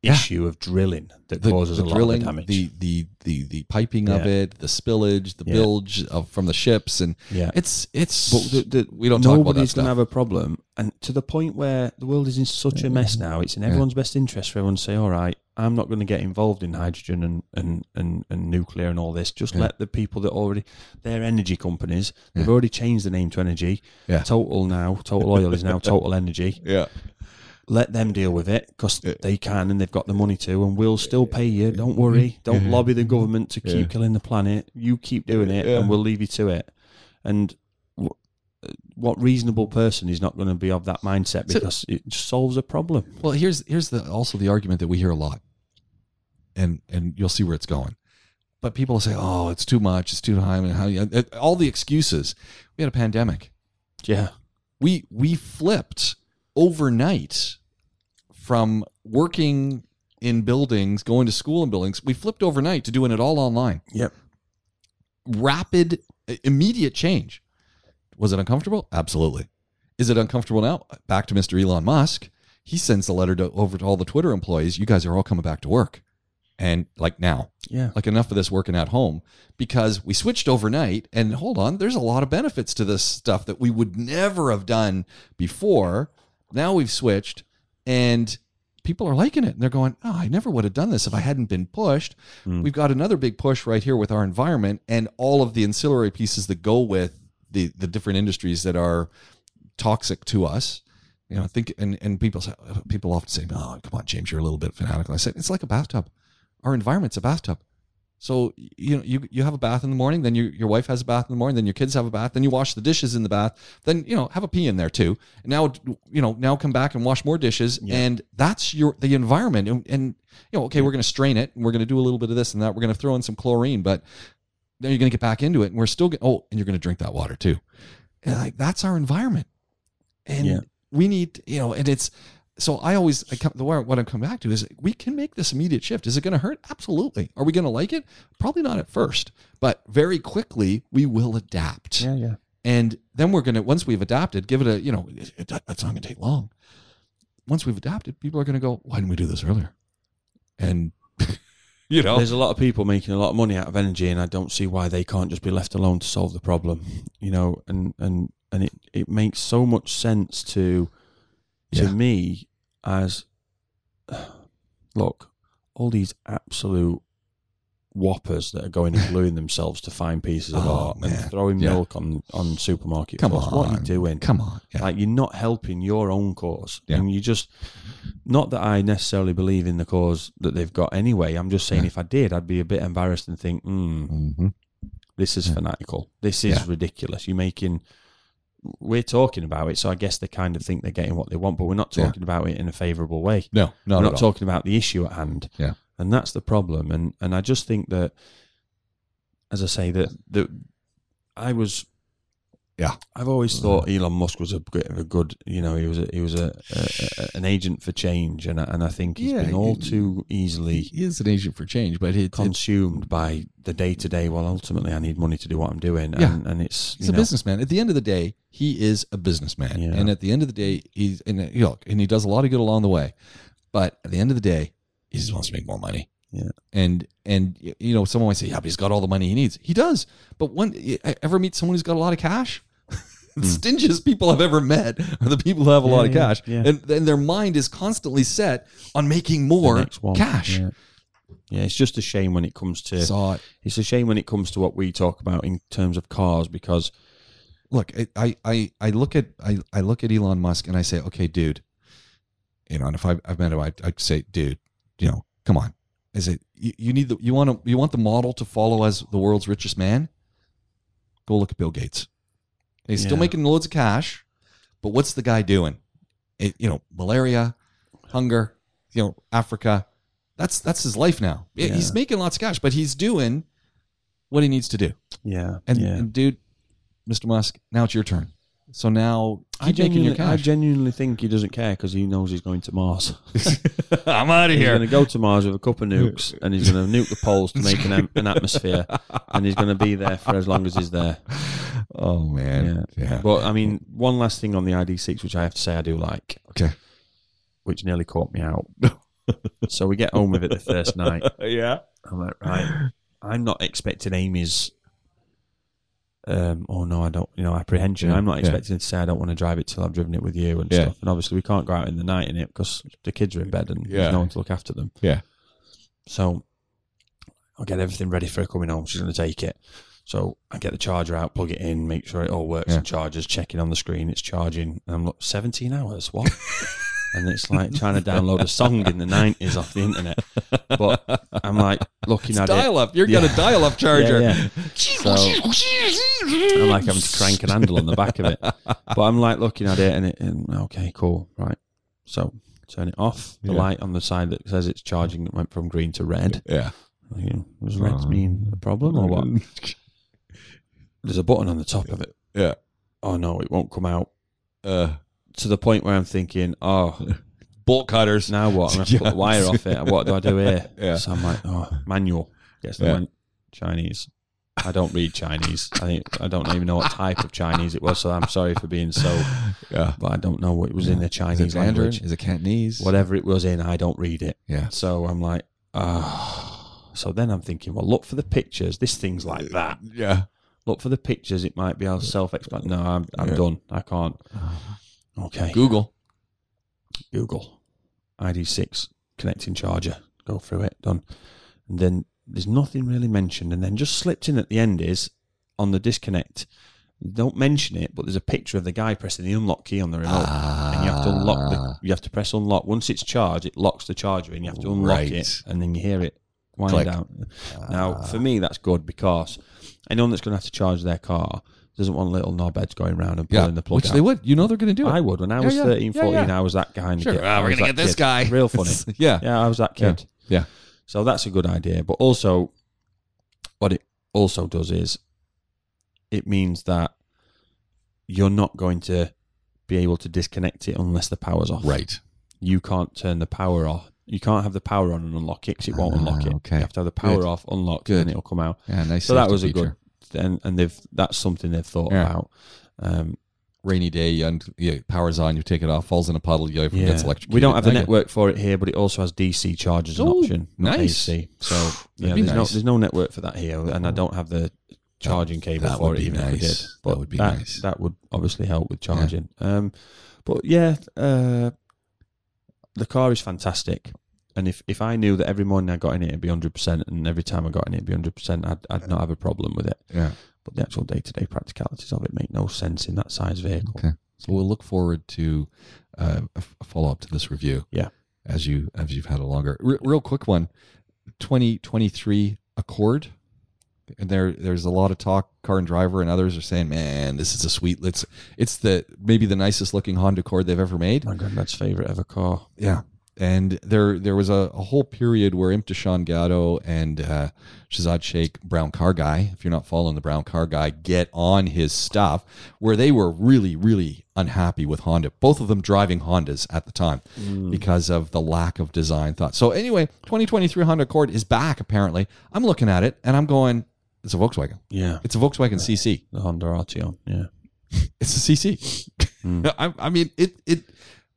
[SPEAKER 1] Yeah.
[SPEAKER 2] issue of drilling that causes a lot of damage.
[SPEAKER 1] the the the the piping of
[SPEAKER 2] Yeah.
[SPEAKER 1] it, the spillage, the
[SPEAKER 2] Yeah.
[SPEAKER 1] bilge of, from the ships, and
[SPEAKER 2] yeah,
[SPEAKER 1] it's it's.
[SPEAKER 2] But the- the-
[SPEAKER 1] we don't talk about that
[SPEAKER 2] nobody's
[SPEAKER 1] stuff.
[SPEAKER 2] going to have a problem, and to the point where the world is in such a mess now. It's in everyone's best interest for everyone to say, "All right, I'm not going to get involved in hydrogen and and and, and nuclear and all this. Just let the people that already, their energy companies, they've already changed the name to energy.
[SPEAKER 1] Yeah.
[SPEAKER 2] Total now, Total Oil is now Total Energy.
[SPEAKER 1] yeah,
[SPEAKER 2] let them deal with it because they can and they've got the money to, and we'll still pay you. Don't worry. Don't lobby the government to keep killing the planet. You keep doing it, and we'll leave you to it. And w- what reasonable person is not going to be of that mindset because it just solves a problem?
[SPEAKER 1] Well, here's here's the also the argument that we hear a lot, and and you'll see where it's going. But people say, "Oh, it's too much. It's too high." And how you- uh, all the excuses. We had a pandemic.
[SPEAKER 2] Yeah,
[SPEAKER 1] We we flipped overnight from working in buildings, going to school in buildings. We flipped overnight to doing it all online.
[SPEAKER 2] Yep.
[SPEAKER 1] Rapid, i- immediate change. Was it uncomfortable? Absolutely. Is it uncomfortable now? Back to Mr. Elon Musk. He sends the letter to, over to all the Twitter employees. You guys are all coming back to work. And like now,
[SPEAKER 2] yeah,
[SPEAKER 1] like enough of this working at home because we switched overnight. And hold on, there's a lot of benefits to this stuff that we would never have done before. Now we've switched and people are liking it. And they're going, oh, I never would have done this if I hadn't been pushed.
[SPEAKER 2] Hmm.
[SPEAKER 1] We've got another big push right here with our environment and all of the ancillary pieces that go with the, the different industries that are toxic to us. You know, I think, and, and people say, people often say, "Oh, come on, James, you're a little bit fanatical." I said, "It's like a bathtub. Our environment's a bathtub. So you know, you you have a bath in the morning, then your your wife has a bath in the morning, then your kids have a bath, then you wash the dishes in the bath, then you know have a pee in there too. And now you know now come back and wash more dishes,
[SPEAKER 2] Yeah.
[SPEAKER 1] and that's your the environment. And, and you know, okay, we're going to strain it, and we're going to do a little bit of this and that. We're going to throw in some chlorine, but then you're going to get back into it, and we're still get, oh, and you're going to drink that water too. And like that's our environment, and
[SPEAKER 2] Yeah.
[SPEAKER 1] we need you know, and it's so I always I come, the where- what I'm coming back to is we can make this immediate shift. Is it going to hurt? Absolutely. Are we going to like it? Probably not at first, but very quickly we will adapt.
[SPEAKER 2] yeah, yeah.
[SPEAKER 1] And then we're going to, once we've adapted, give it a, you know, it, it, that's not going to take long. Once we've adapted, people are going to go, why didn't we do this earlier? And, you know,
[SPEAKER 2] There's a lot of people making a lot of money out of energy, and I don't see why they can't just be left alone to solve the problem. You know, and and and it it makes so much sense to to
[SPEAKER 1] Yeah.
[SPEAKER 2] me as look all these absolute whoppers that are going and gluing themselves to fine pieces of
[SPEAKER 1] Oh,
[SPEAKER 2] art
[SPEAKER 1] man.
[SPEAKER 2] and throwing
[SPEAKER 1] Yeah.
[SPEAKER 2] milk on on supermarket
[SPEAKER 1] Come
[SPEAKER 2] floors. What are you
[SPEAKER 1] on.
[SPEAKER 2] doing?
[SPEAKER 1] come on. Yeah.
[SPEAKER 2] Like you're not helping your own cause,
[SPEAKER 1] Yeah.
[SPEAKER 2] and you just not that I necessarily believe in the cause that they've got anyway. I'm just saying,
[SPEAKER 1] Yeah.
[SPEAKER 2] if I did, I'd be a bit embarrassed and think, hmm,
[SPEAKER 1] Mhm.
[SPEAKER 2] this is
[SPEAKER 1] Yeah.
[SPEAKER 2] fanatical. This is
[SPEAKER 1] Yeah.
[SPEAKER 2] ridiculous. You're making. We're talking about it, so I guess they kind of think they're getting what they want, but we're not
[SPEAKER 1] Yeah.
[SPEAKER 2] talking about it in a favourable way.
[SPEAKER 1] No, not,
[SPEAKER 2] we're
[SPEAKER 1] at
[SPEAKER 2] not
[SPEAKER 1] all.
[SPEAKER 2] talking about the issue at hand.
[SPEAKER 1] Yeah.
[SPEAKER 2] and that's the problem. And and I just think that, as I say, that that I was.
[SPEAKER 1] Yeah. Mm-hmm.
[SPEAKER 2] I've always thought Elon Musk was a bit of a good, you know, he was a, he was a, a, a an agent for change, and I, and I think he's
[SPEAKER 1] Yeah,
[SPEAKER 2] been all
[SPEAKER 1] he-
[SPEAKER 2] too easily
[SPEAKER 1] He is an agent for change, but it, it,
[SPEAKER 2] consumed by the day to day. Well, ultimately, I need money to do what I'm doing,
[SPEAKER 1] Yeah.
[SPEAKER 2] and, and it's
[SPEAKER 1] He's
[SPEAKER 2] you
[SPEAKER 1] a
[SPEAKER 2] know,
[SPEAKER 1] businessman. At the end of the day, he is a businessman,
[SPEAKER 2] Yeah.
[SPEAKER 1] and at the end of the day, he's and uh, you know, and he does a lot of good along the way. But at the end of the day, he just wants to make more money.
[SPEAKER 2] Yeah.
[SPEAKER 1] And and y- you know, someone might say, "Yeah, but he's got all the money he needs." He does. But when I ever meet someone who's got a lot of cash, the stingiest people I've ever met are the people who have a
[SPEAKER 2] Yeah,
[SPEAKER 1] lot of
[SPEAKER 2] Hmm. yeah,
[SPEAKER 1] cash,
[SPEAKER 2] yeah.
[SPEAKER 1] and then their mind is constantly set on making
[SPEAKER 2] the
[SPEAKER 1] more
[SPEAKER 2] next one.
[SPEAKER 1] cash.
[SPEAKER 2] Yeah. Yeah, it's just a shame when it comes to
[SPEAKER 1] Saw it.
[SPEAKER 2] it's a shame when it comes to what we talk about in terms of cars because
[SPEAKER 1] look, I- I, I, I look at I, I look at Elon Musk and I say, okay, dude, you know, and if I, I've met him, I, I'd say, dude, you know, come on, is it you, you need the you want to you want the model to follow as the world's richest man? Go look at Bill Gates. He's still
[SPEAKER 2] Yeah.
[SPEAKER 1] making loads of cash, but what's the guy doing? It, you know, malaria, hunger, you know, Africa. That's that's his life now. Yeah, He's
[SPEAKER 2] Yeah.
[SPEAKER 1] making lots of cash, but he's doing what he needs to do.
[SPEAKER 2] yeah,
[SPEAKER 1] And,
[SPEAKER 2] yeah.
[SPEAKER 1] and dude, Mr. Musk, now it's your turn. So now keep
[SPEAKER 2] I
[SPEAKER 1] making your
[SPEAKER 2] genuinely, I
[SPEAKER 1] cash.
[SPEAKER 2] genuinely think he doesn't care because he knows he's going to Mars.
[SPEAKER 1] I'm out of
[SPEAKER 2] He's going to go to Mars with a couple of nukes, and he's going to nuke the poles to make an, am- an atmosphere, and he's going to be there for as long as he's there.
[SPEAKER 1] Oh man. Yeah.
[SPEAKER 2] But I mean, one last thing on the ID6, which I have to say I do like.
[SPEAKER 1] Okay.
[SPEAKER 2] Which nearly caught me out. so we get home with it the first night.
[SPEAKER 1] yeah.
[SPEAKER 2] I'm like, right, I'm not expecting Amy's. Um, oh no, I don't. You know, apprehension.
[SPEAKER 1] Yeah,
[SPEAKER 2] I'm not
[SPEAKER 1] Mm, yeah.
[SPEAKER 2] expecting her to say I don't want to drive it till I've driven it with you and
[SPEAKER 1] Yeah.
[SPEAKER 2] stuff. And obviously, we can't go out in the night in it because the kids are in bed and
[SPEAKER 1] Yeah.
[SPEAKER 2] there's no one to look after them.
[SPEAKER 1] Yeah.
[SPEAKER 2] So I'll get everything ready for her coming home. She's going to take it. So I get the charger out, plug it in, make sure it all works
[SPEAKER 1] Yeah.
[SPEAKER 2] and charges, checking on the screen, it's charging. And I'm like, 17 hours? What? and it's like trying to download a song in the 90s off the internet. But I'm like looking at it.
[SPEAKER 1] Dial up. You're
[SPEAKER 2] Yeah.
[SPEAKER 1] got a dial up charger.
[SPEAKER 2] Yeah, So I'm like having to crank an handle on the back of it. But I'm like looking at it and it and okay, cool, right. So turn it off. The
[SPEAKER 1] Yeah.
[SPEAKER 2] light on the side that says it's charging it went from green to red.
[SPEAKER 1] Yeah.
[SPEAKER 2] Thinking, Does
[SPEAKER 1] Oh.
[SPEAKER 2] red mean a problem or what? There's a button on the top of it.
[SPEAKER 1] Yeah.
[SPEAKER 2] Oh no, it won't come out.
[SPEAKER 1] Uh,
[SPEAKER 2] To the point where I'm thinking, oh,
[SPEAKER 1] bolt cutters.
[SPEAKER 2] now what? I'm gonna have to put
[SPEAKER 1] Yeah.
[SPEAKER 2] the wire off it. What do I do here?
[SPEAKER 1] Yeah.
[SPEAKER 2] So I'm like, oh, manual. Guess they
[SPEAKER 1] Yeah.
[SPEAKER 2] went Chinese. I don't read Chinese. I think I don't even know what type of Chinese it was. So I'm sorry for being so,
[SPEAKER 1] Yeah.
[SPEAKER 2] but I don't know what it was in the
[SPEAKER 1] Is it
[SPEAKER 2] Chinese
[SPEAKER 1] Mandarin?
[SPEAKER 2] language.
[SPEAKER 1] Is it Cantonese?
[SPEAKER 2] Whatever it was in, I don't read it.
[SPEAKER 1] Yeah.
[SPEAKER 2] So I'm like, ah. So then I'm thinking, well, look for the pictures. This thing's like that.
[SPEAKER 1] Yeah.
[SPEAKER 2] Look for the pictures. It might be able to self-explain. No, I'm, I'm
[SPEAKER 1] Yeah. Uh-huh.
[SPEAKER 2] done. I can't. Okay.
[SPEAKER 1] Google.
[SPEAKER 2] Google ID6 connecting charger. Go through it, done. And then there's nothing really mentioned. And then just slipped in at the end is on the disconnect. Don't mention it, but there's a picture of the guy pressing the unlock key on the remote. and you have to unlock
[SPEAKER 1] Ah.
[SPEAKER 2] the, you have to press unlock. Once it's charged, it locks the charger and you have to unlock
[SPEAKER 1] Right.
[SPEAKER 2] it and then you hear it wind
[SPEAKER 1] Click.
[SPEAKER 2] down.
[SPEAKER 1] Ah.
[SPEAKER 2] Now for me that's good because anyone that's gonna have to charge their car doesn't want little knobheads going round and
[SPEAKER 1] yeah.
[SPEAKER 2] pulling the plug
[SPEAKER 1] Which
[SPEAKER 2] out.
[SPEAKER 1] they would. You know they're going to do it.
[SPEAKER 2] I would. When I
[SPEAKER 1] Yeah,
[SPEAKER 2] was
[SPEAKER 1] yeah.
[SPEAKER 2] thirteen,
[SPEAKER 1] Yeah,
[SPEAKER 2] fourteen, 13, 14,
[SPEAKER 1] yeah.
[SPEAKER 2] I was that kind of
[SPEAKER 1] Sure.
[SPEAKER 2] kid.
[SPEAKER 1] Ah,
[SPEAKER 2] I
[SPEAKER 1] we're
[SPEAKER 2] was
[SPEAKER 1] gonna
[SPEAKER 2] that
[SPEAKER 1] get this
[SPEAKER 2] kid.
[SPEAKER 1] guy.
[SPEAKER 2] Real funny.
[SPEAKER 1] yeah.
[SPEAKER 2] yeah, I was that kid.
[SPEAKER 1] Yeah.
[SPEAKER 2] So that's a good idea. But also, what it also does is it means that you're not going to be able to disconnect it unless the power's off.
[SPEAKER 1] Right.
[SPEAKER 2] you can't turn the power off. You can't have the power on and unlock it 'cause it won't
[SPEAKER 1] Ah,
[SPEAKER 2] unlock it.
[SPEAKER 1] okay.
[SPEAKER 2] You have to have the power
[SPEAKER 1] Good.
[SPEAKER 2] off, unlocked,
[SPEAKER 1] Good.
[SPEAKER 2] and it'll come out.
[SPEAKER 1] Yeah, nice.
[SPEAKER 2] So that
[SPEAKER 1] safety
[SPEAKER 2] was a
[SPEAKER 1] feature.
[SPEAKER 2] good, and and they've that's something they've thought
[SPEAKER 1] Yeah.
[SPEAKER 2] about. Um,
[SPEAKER 1] rainy day. You, un- you powers on, you take it off, falls in a puddle, you
[SPEAKER 2] yeah.
[SPEAKER 1] gets electrocuted.
[SPEAKER 2] we don't have the
[SPEAKER 1] I get-
[SPEAKER 2] network for it here, but it also has DC charge as an
[SPEAKER 1] Oh,
[SPEAKER 2] option, not
[SPEAKER 1] nice.
[SPEAKER 2] AC. So
[SPEAKER 1] That'd
[SPEAKER 2] yeah,
[SPEAKER 1] be
[SPEAKER 2] there's no
[SPEAKER 1] nice.
[SPEAKER 2] there's no network for that here, and I don't have the charging cable
[SPEAKER 1] that
[SPEAKER 2] for
[SPEAKER 1] would
[SPEAKER 2] it.
[SPEAKER 1] be
[SPEAKER 2] even if we
[SPEAKER 1] nice.
[SPEAKER 2] did,
[SPEAKER 1] That would be nice.
[SPEAKER 2] That would obviously help with charging. Um, but yeah, uh, the car is fantastic. And if, if I knew that every morning I got in it, it'd be hundred percent, and every time I got in it, it'd be hundred percent, I'd I'd not have a problem with it.
[SPEAKER 1] Yeah.
[SPEAKER 2] But the actual day to day practicalities of it make no sense in that size vehicle.
[SPEAKER 1] Okay. So we'll look forward to uh, a f- a follow up to this review.
[SPEAKER 2] Yeah.
[SPEAKER 1] As you as you've had a longer, re- real quick one, twenty twenty three Accord. And there, there's a lot of talk. Car and Driver and others are saying, "Man, this is a sweet. It's, it's the maybe the nicest looking Honda Accord they've ever made."
[SPEAKER 2] My granddad's favorite ever car.
[SPEAKER 1] Yeah. And there there was a, a whole period where Imtiaz Gatto and uh, Shazad Sheikh, Brown Car Guy, if you're not following the Brown Car Guy, get on his stuff, where they were really, really unhappy with Honda. Both of them driving Hondas at the time
[SPEAKER 2] Hmm.
[SPEAKER 1] because of the lack of design thought. So, anyway, 2023 Honda Accord is back, apparently. I'm looking at it and I'm going, it's a Volkswagen.
[SPEAKER 2] Yeah,
[SPEAKER 1] It's a Volkswagen CC.
[SPEAKER 2] the Honda Arteon. Yeah,
[SPEAKER 1] It's a CC.
[SPEAKER 2] Hmm.
[SPEAKER 1] I, I mean, it it,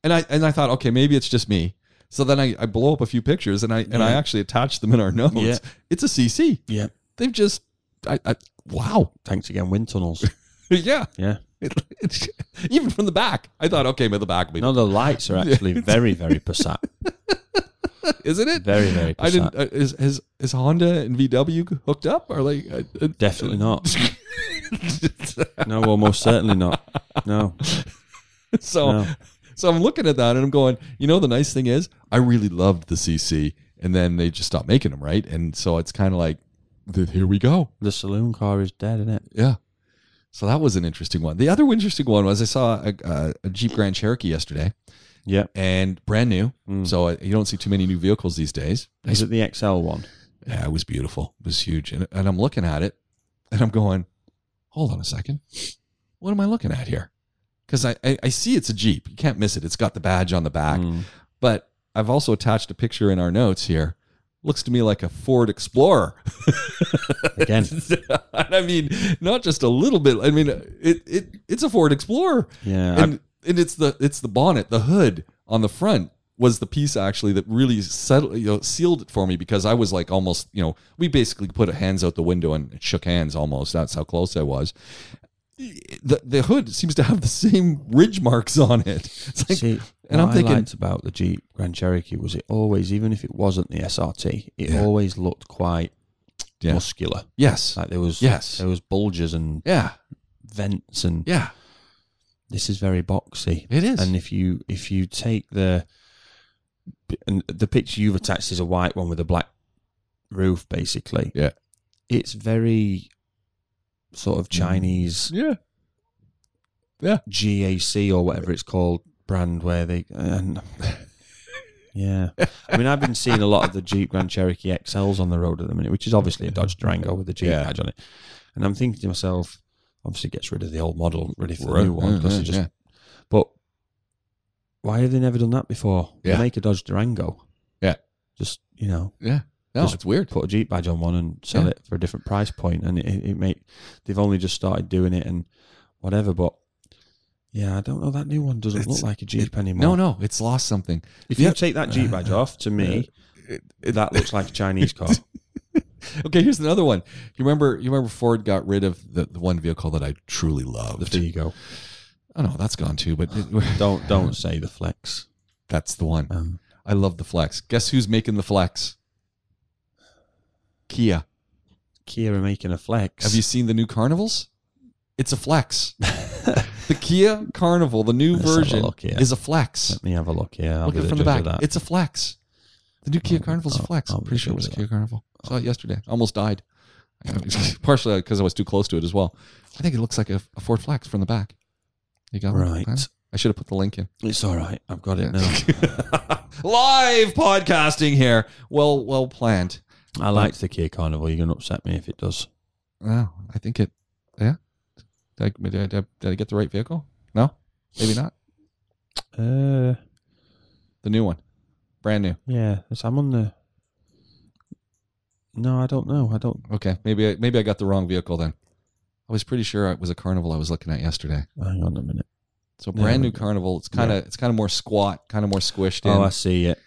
[SPEAKER 1] and I and I thought, okay, maybe it's just me. So then I, I blow up a few pictures and I and I
[SPEAKER 2] Yeah.
[SPEAKER 1] actually attach them in our notes.
[SPEAKER 2] Yeah.
[SPEAKER 1] It's a CC.
[SPEAKER 2] yeah.
[SPEAKER 1] They've just, I, I wow,
[SPEAKER 2] Thanks again, wind tunnels.
[SPEAKER 1] yeah,
[SPEAKER 2] Yeah.
[SPEAKER 1] It, it's even from the back, I thought, okay, but the back, will be
[SPEAKER 2] No, the lights are actually very, very passat.
[SPEAKER 1] isn't it?
[SPEAKER 2] Very, very
[SPEAKER 1] I
[SPEAKER 2] passat.
[SPEAKER 1] didn't. Uh, is is is Honda and VW hooked up? Or like, uh, I, I-
[SPEAKER 2] Definitely not. No, almost certainly not. No.
[SPEAKER 1] so
[SPEAKER 2] No.
[SPEAKER 1] so I'm looking at that and I'm going, you know, the nice thing is I really loved the CC, and then they just stopped making them, right? And so it's kind of like, th- here we go.
[SPEAKER 2] The saloon car is dead, isn't it?
[SPEAKER 1] Yeah. So that was an interesting one. The other interesting one was I saw a, a, a Jeep Grand Cherokee yesterday
[SPEAKER 2] Yeah.
[SPEAKER 1] and brand new.
[SPEAKER 2] Mm.
[SPEAKER 1] So uh, you don't see too many new vehicles these days.
[SPEAKER 2] Is it the XL one?
[SPEAKER 1] Yeah, it was beautiful. It was huge. And, and I'm looking at it and I'm going, hold on a second. What am I looking at here? Because I, I, I see it's a Jeep. You can't miss it. It's got the badge on the back.
[SPEAKER 2] Mm.
[SPEAKER 1] But I've also attached a picture in our notes here. Looks to me like a Ford Explorer.
[SPEAKER 2] Again.
[SPEAKER 1] and I mean, not just a little bit. I mean, it, it it's a Ford Explorer,
[SPEAKER 2] Yeah.
[SPEAKER 1] and and it's the it's the bonnet, the hood on the front was the piece actually that really settled, you know, sealed it for me because I was like almost, you know, we basically put hands out the window and shook hands almost. That's how close I was. The the hood seems to have the same ridge marks on it. It's like,
[SPEAKER 2] See,
[SPEAKER 1] and
[SPEAKER 2] what
[SPEAKER 1] I'm thinking-
[SPEAKER 2] I liked about the Jeep Grand Cherokee was it always, even if it wasn't the SRT, it
[SPEAKER 1] Yeah.
[SPEAKER 2] always looked quite
[SPEAKER 1] Yeah.
[SPEAKER 2] muscular.
[SPEAKER 1] yes,
[SPEAKER 2] Like there was
[SPEAKER 1] Yes.
[SPEAKER 2] there was bulges and
[SPEAKER 1] yeah,
[SPEAKER 2] vents and
[SPEAKER 1] yeah,
[SPEAKER 2] this is very boxy.
[SPEAKER 1] it is.
[SPEAKER 2] And if you if you take the and the picture you've attached is a white one with a black roof, basically.
[SPEAKER 1] Yeah.
[SPEAKER 2] it's very sort
[SPEAKER 1] Mm.
[SPEAKER 2] of Chinese
[SPEAKER 1] yeah,
[SPEAKER 2] GAC or whatever it's called brand where they and yeah. I mean, I've been seeing a lot of the Jeep Grand Cherokee XLs on the road at the minute, which is obviously a Dodge Durango with the Jeep
[SPEAKER 1] Yeah.
[SPEAKER 2] badge on it. And I'm thinking to myself, obviously gets rid of the old model, ready for the
[SPEAKER 1] Right.
[SPEAKER 2] new one. 'cause it
[SPEAKER 1] Yeah,
[SPEAKER 2] just,
[SPEAKER 1] yeah.
[SPEAKER 2] But why have they never done that before? They
[SPEAKER 1] Yeah.
[SPEAKER 2] Make a Dodge Durango.
[SPEAKER 1] Yeah.
[SPEAKER 2] Just you know,
[SPEAKER 1] no,
[SPEAKER 2] just
[SPEAKER 1] it's weird.
[SPEAKER 2] put a Jeep badge on one and sell
[SPEAKER 1] Yeah.
[SPEAKER 2] it for a different price point, and it, it make they've only just started doing it and whatever. But yeah, I don't know. That new one doesn't
[SPEAKER 1] It's-
[SPEAKER 2] look like a Jeep anymore.
[SPEAKER 1] No, no, it's lost something.
[SPEAKER 2] If
[SPEAKER 1] Yeah. Uh,
[SPEAKER 2] you take that Jeep badge off, to me, that looks like a Chinese car.
[SPEAKER 1] Okay, here's another one. You remember? You remember Ford got rid of the, the one vehicle that I truly
[SPEAKER 2] the
[SPEAKER 1] loved.
[SPEAKER 2] Figo.
[SPEAKER 1] Oh no, that's gone too. But
[SPEAKER 2] Don't don't say the Flex.
[SPEAKER 1] that's the one.
[SPEAKER 2] Um,
[SPEAKER 1] I love the Flex. Guess who's making the Flex? Kia.
[SPEAKER 2] Kia are making a Flex.
[SPEAKER 1] Have you seen the new Carnivals? It's a Flex. the Kia Carnival, the new
[SPEAKER 2] Let's have a
[SPEAKER 1] version,
[SPEAKER 2] look here.
[SPEAKER 1] is a Flex.
[SPEAKER 2] Let me have a look here. I'll
[SPEAKER 1] Look
[SPEAKER 2] be
[SPEAKER 1] at it
[SPEAKER 2] the
[SPEAKER 1] from the
[SPEAKER 2] judge of
[SPEAKER 1] back.
[SPEAKER 2] that.
[SPEAKER 1] It's a Flex. The new Kia
[SPEAKER 2] I'll-
[SPEAKER 1] Carnival's a
[SPEAKER 2] I'll-
[SPEAKER 1] Flex.
[SPEAKER 2] I'll
[SPEAKER 1] I'm pretty
[SPEAKER 2] be
[SPEAKER 1] sure it was a
[SPEAKER 2] judge of
[SPEAKER 1] Kia Carnival. Saw it yesterday. Almost died. Partially because I was too close to it as well. I think it looks like a, a Ford Flex from the back. You got one?
[SPEAKER 2] right.
[SPEAKER 1] I should have put the link in.
[SPEAKER 2] It's all right. I've got it now.
[SPEAKER 1] Live podcasting here. Well, well planned.
[SPEAKER 2] I liked the Kia Carnival. You're gonna upset me if it does.
[SPEAKER 1] Wow, I think it. Yeah. Did I, did I, did I get the right vehicle? No, maybe not.
[SPEAKER 2] Uh,
[SPEAKER 1] the new one, brand new.
[SPEAKER 2] Yeah, it's- I'm on the. No, I don't know. I don't.
[SPEAKER 1] Okay, maybe I, maybe I got the wrong vehicle then. I was pretty sure it was a Carnival I was looking at yesterday.
[SPEAKER 2] Hang on a minute.
[SPEAKER 1] So
[SPEAKER 2] No,
[SPEAKER 1] brand new
[SPEAKER 2] okay.
[SPEAKER 1] Carnival. It's kind of it's kind of more squat, kind of more squished in.
[SPEAKER 2] Oh, I see it.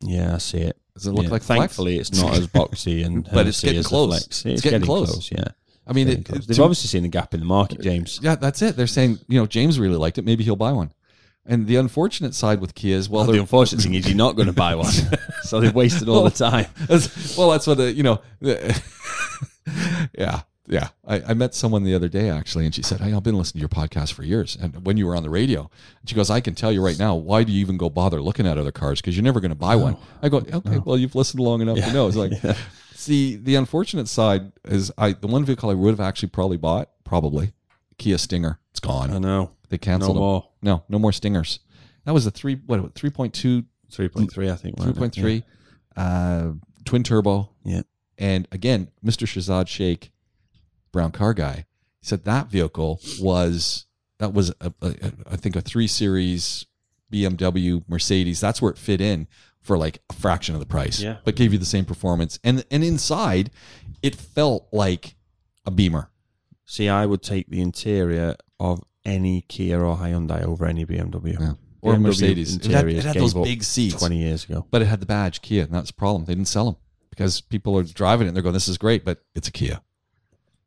[SPEAKER 2] Yeah, I see it.
[SPEAKER 1] Does it look
[SPEAKER 2] Yeah.
[SPEAKER 1] like Flex?
[SPEAKER 2] Thankfully, it's not as boxy and
[SPEAKER 1] But it's
[SPEAKER 2] Hennessy
[SPEAKER 1] getting
[SPEAKER 2] as the
[SPEAKER 1] close.
[SPEAKER 2] Flex. It's,
[SPEAKER 1] getting
[SPEAKER 2] getting,
[SPEAKER 1] close.
[SPEAKER 2] close. Yeah,
[SPEAKER 1] I mean,
[SPEAKER 2] Getting
[SPEAKER 1] it,
[SPEAKER 2] close.
[SPEAKER 1] it-
[SPEAKER 2] they've
[SPEAKER 1] to-
[SPEAKER 2] obviously seen a gap in the market, James.
[SPEAKER 1] yeah, that's it. They're saying you know James really liked it. Maybe he'll buy one. And the unfortunate side with Kia is well,
[SPEAKER 2] Well, the
[SPEAKER 1] they're
[SPEAKER 2] unfortunate thing is you're not going to buy one, so they've wasted all the time.
[SPEAKER 1] That's- well, that's what the, you know. the- yeah, yeah. I, I met someone the other day actually, and she said, "Hey, I've been listening to your podcast for years, and when you were on the radio, she goes, I can tell you right now, why do you even go bother looking at other cars? Because you're never going to
[SPEAKER 2] Oh,
[SPEAKER 1] buy one." I go, "Okay, well, you've listened long enough to know." It's like, see, the unfortunate side is, I the one vehicle I would have actually probably bought, probably Kia Stinger. It's
[SPEAKER 2] I
[SPEAKER 1] gone.
[SPEAKER 2] know.
[SPEAKER 1] They
[SPEAKER 2] No
[SPEAKER 1] canceled them.
[SPEAKER 2] more.
[SPEAKER 1] No, no more Stingers. That was a three what three point two
[SPEAKER 2] Three point three, I think.
[SPEAKER 1] Three
[SPEAKER 2] wasn't it?
[SPEAKER 1] point three, uh, twin turbo.
[SPEAKER 2] Yeah.
[SPEAKER 1] And again, Mr. Shazad Sheikh, brown car guy, said that vehicle was that was a, a, a, I think a three series BMW Mercedes. That's where it fit in for like a fraction of the price.
[SPEAKER 2] Yeah.
[SPEAKER 1] But gave you the same performance, and and inside, it felt like a Beamer.
[SPEAKER 2] See, I would take the interior of any Kia or Hyundai over any BMW.
[SPEAKER 1] Yeah. Or a
[SPEAKER 2] BMW
[SPEAKER 1] Mercedes. It had,
[SPEAKER 2] interiors
[SPEAKER 1] it had those
[SPEAKER 2] gave up
[SPEAKER 1] big seats.
[SPEAKER 2] Twenty years ago,
[SPEAKER 1] but it had the badge Kia, and that's the problem. They didn't sell them because people are driving it and they're going, "This is great," but it's a Kia,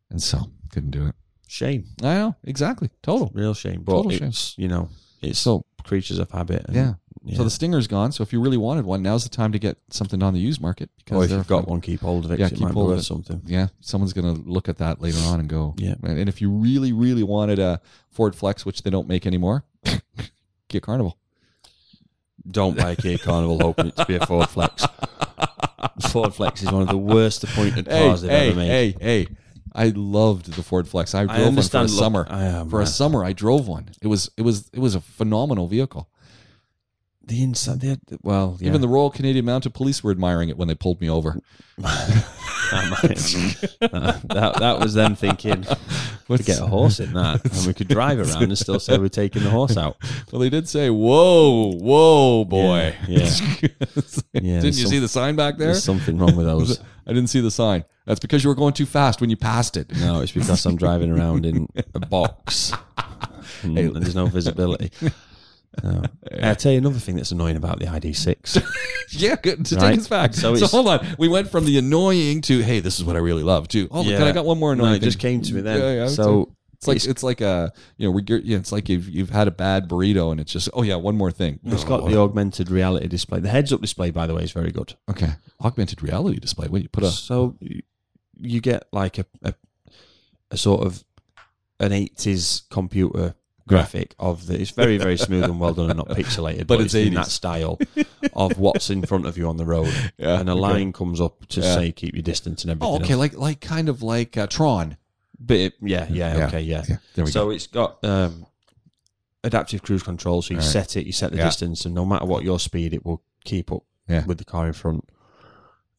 [SPEAKER 1] and so couldn't do it.
[SPEAKER 2] shame,
[SPEAKER 1] I know exactly, total.
[SPEAKER 2] real shame. But
[SPEAKER 1] Total shame.
[SPEAKER 2] it's you know, it's
[SPEAKER 1] So
[SPEAKER 2] creatures of habit. and-
[SPEAKER 1] yeah.
[SPEAKER 2] yeah.
[SPEAKER 1] so the Stinger's gone. So if you really wanted one, now's the time to get something on the used market because
[SPEAKER 2] or Oh, if
[SPEAKER 1] they're
[SPEAKER 2] you've got
[SPEAKER 1] fucking-
[SPEAKER 2] one, keep hold of it.
[SPEAKER 1] Yeah,
[SPEAKER 2] 'cause
[SPEAKER 1] keep
[SPEAKER 2] it might be
[SPEAKER 1] hold of
[SPEAKER 2] worth
[SPEAKER 1] it.
[SPEAKER 2] something.
[SPEAKER 1] Yeah, someone's going to look at that later on and go,
[SPEAKER 2] Yeah.
[SPEAKER 1] And if you really, really wanted a Ford Flex, which they don't make anymore, Kia Carnival.
[SPEAKER 2] Don't buy a Kia Carnival hoping it to be a Ford Flex. Ford Flex is one of the worst appointed cars they've
[SPEAKER 1] hey,
[SPEAKER 2] ever made.
[SPEAKER 1] hey, hey! I loved the Ford Flex. I
[SPEAKER 2] I
[SPEAKER 1] drove one for a
[SPEAKER 2] understand, look,
[SPEAKER 1] summer.
[SPEAKER 2] I am,
[SPEAKER 1] for a
[SPEAKER 2] man.
[SPEAKER 1] summer, I drove one. It was it was it was a phenomenal vehicle.
[SPEAKER 2] The inside, they had, well, yeah.
[SPEAKER 1] Even the Royal Canadian Mounted Police were admiring it when they pulled me over.
[SPEAKER 2] that, that was them thinking
[SPEAKER 1] What's-
[SPEAKER 2] to get a horse in that, and we could drive around and still say we're taking the horse out.
[SPEAKER 1] Well, they did say, "Whoa, whoa, boy!"
[SPEAKER 2] Yeah,
[SPEAKER 1] Didn't you
[SPEAKER 2] there's
[SPEAKER 1] see
[SPEAKER 2] some-
[SPEAKER 1] the sign back there?
[SPEAKER 2] There's something wrong with those.
[SPEAKER 1] I didn't see the sign. That's because you were going too fast when you passed it.
[SPEAKER 2] No, it's because I'm driving around in a box. Mm, And there's no visibility. No. I'll tell you another thing that's annoying about the ID6.
[SPEAKER 1] yeah, good. To
[SPEAKER 2] Right.
[SPEAKER 1] take us back.
[SPEAKER 2] So
[SPEAKER 1] So,
[SPEAKER 2] it's-
[SPEAKER 1] hold on. We went from the annoying to, "Hey, this is what I really love." To, "Oh, look,
[SPEAKER 2] Yeah.
[SPEAKER 1] can I got one more
[SPEAKER 2] No,
[SPEAKER 1] annoying."
[SPEAKER 2] it just
[SPEAKER 1] thing."
[SPEAKER 2] came to me then.
[SPEAKER 1] Yeah, yeah, it's
[SPEAKER 2] so
[SPEAKER 1] It's like it's, like a you know, reg- yeah, it's like you've you've had a bad burrito and it's just, "Oh yeah, one more thing."
[SPEAKER 2] it's got the augmented reality display. The heads up display, by the way, is very good.
[SPEAKER 1] Okay, augmented reality display. What you put a
[SPEAKER 2] So you- you get like a, a a sort of an eighties computer graphic of the. It's very very smooth and well done and not pixelated,
[SPEAKER 1] But it's
[SPEAKER 2] in
[SPEAKER 1] 80s.
[SPEAKER 2] that style of what's in front of you on the road,
[SPEAKER 1] Yeah,
[SPEAKER 2] and a
[SPEAKER 1] okay.
[SPEAKER 2] line comes up to say keep your distance and everything.
[SPEAKER 1] Oh, okay,
[SPEAKER 2] else.
[SPEAKER 1] like like kind of like uh, Tron.
[SPEAKER 2] but it, yeah, yeah,
[SPEAKER 1] Yeah.
[SPEAKER 2] okay, yeah.
[SPEAKER 1] There
[SPEAKER 2] so it's got. Um, Adaptive cruise control, so you set it, you set the
[SPEAKER 1] Yeah.
[SPEAKER 2] distance, and no matter what your speed, it will keep up
[SPEAKER 1] Yeah.
[SPEAKER 2] with the car in front.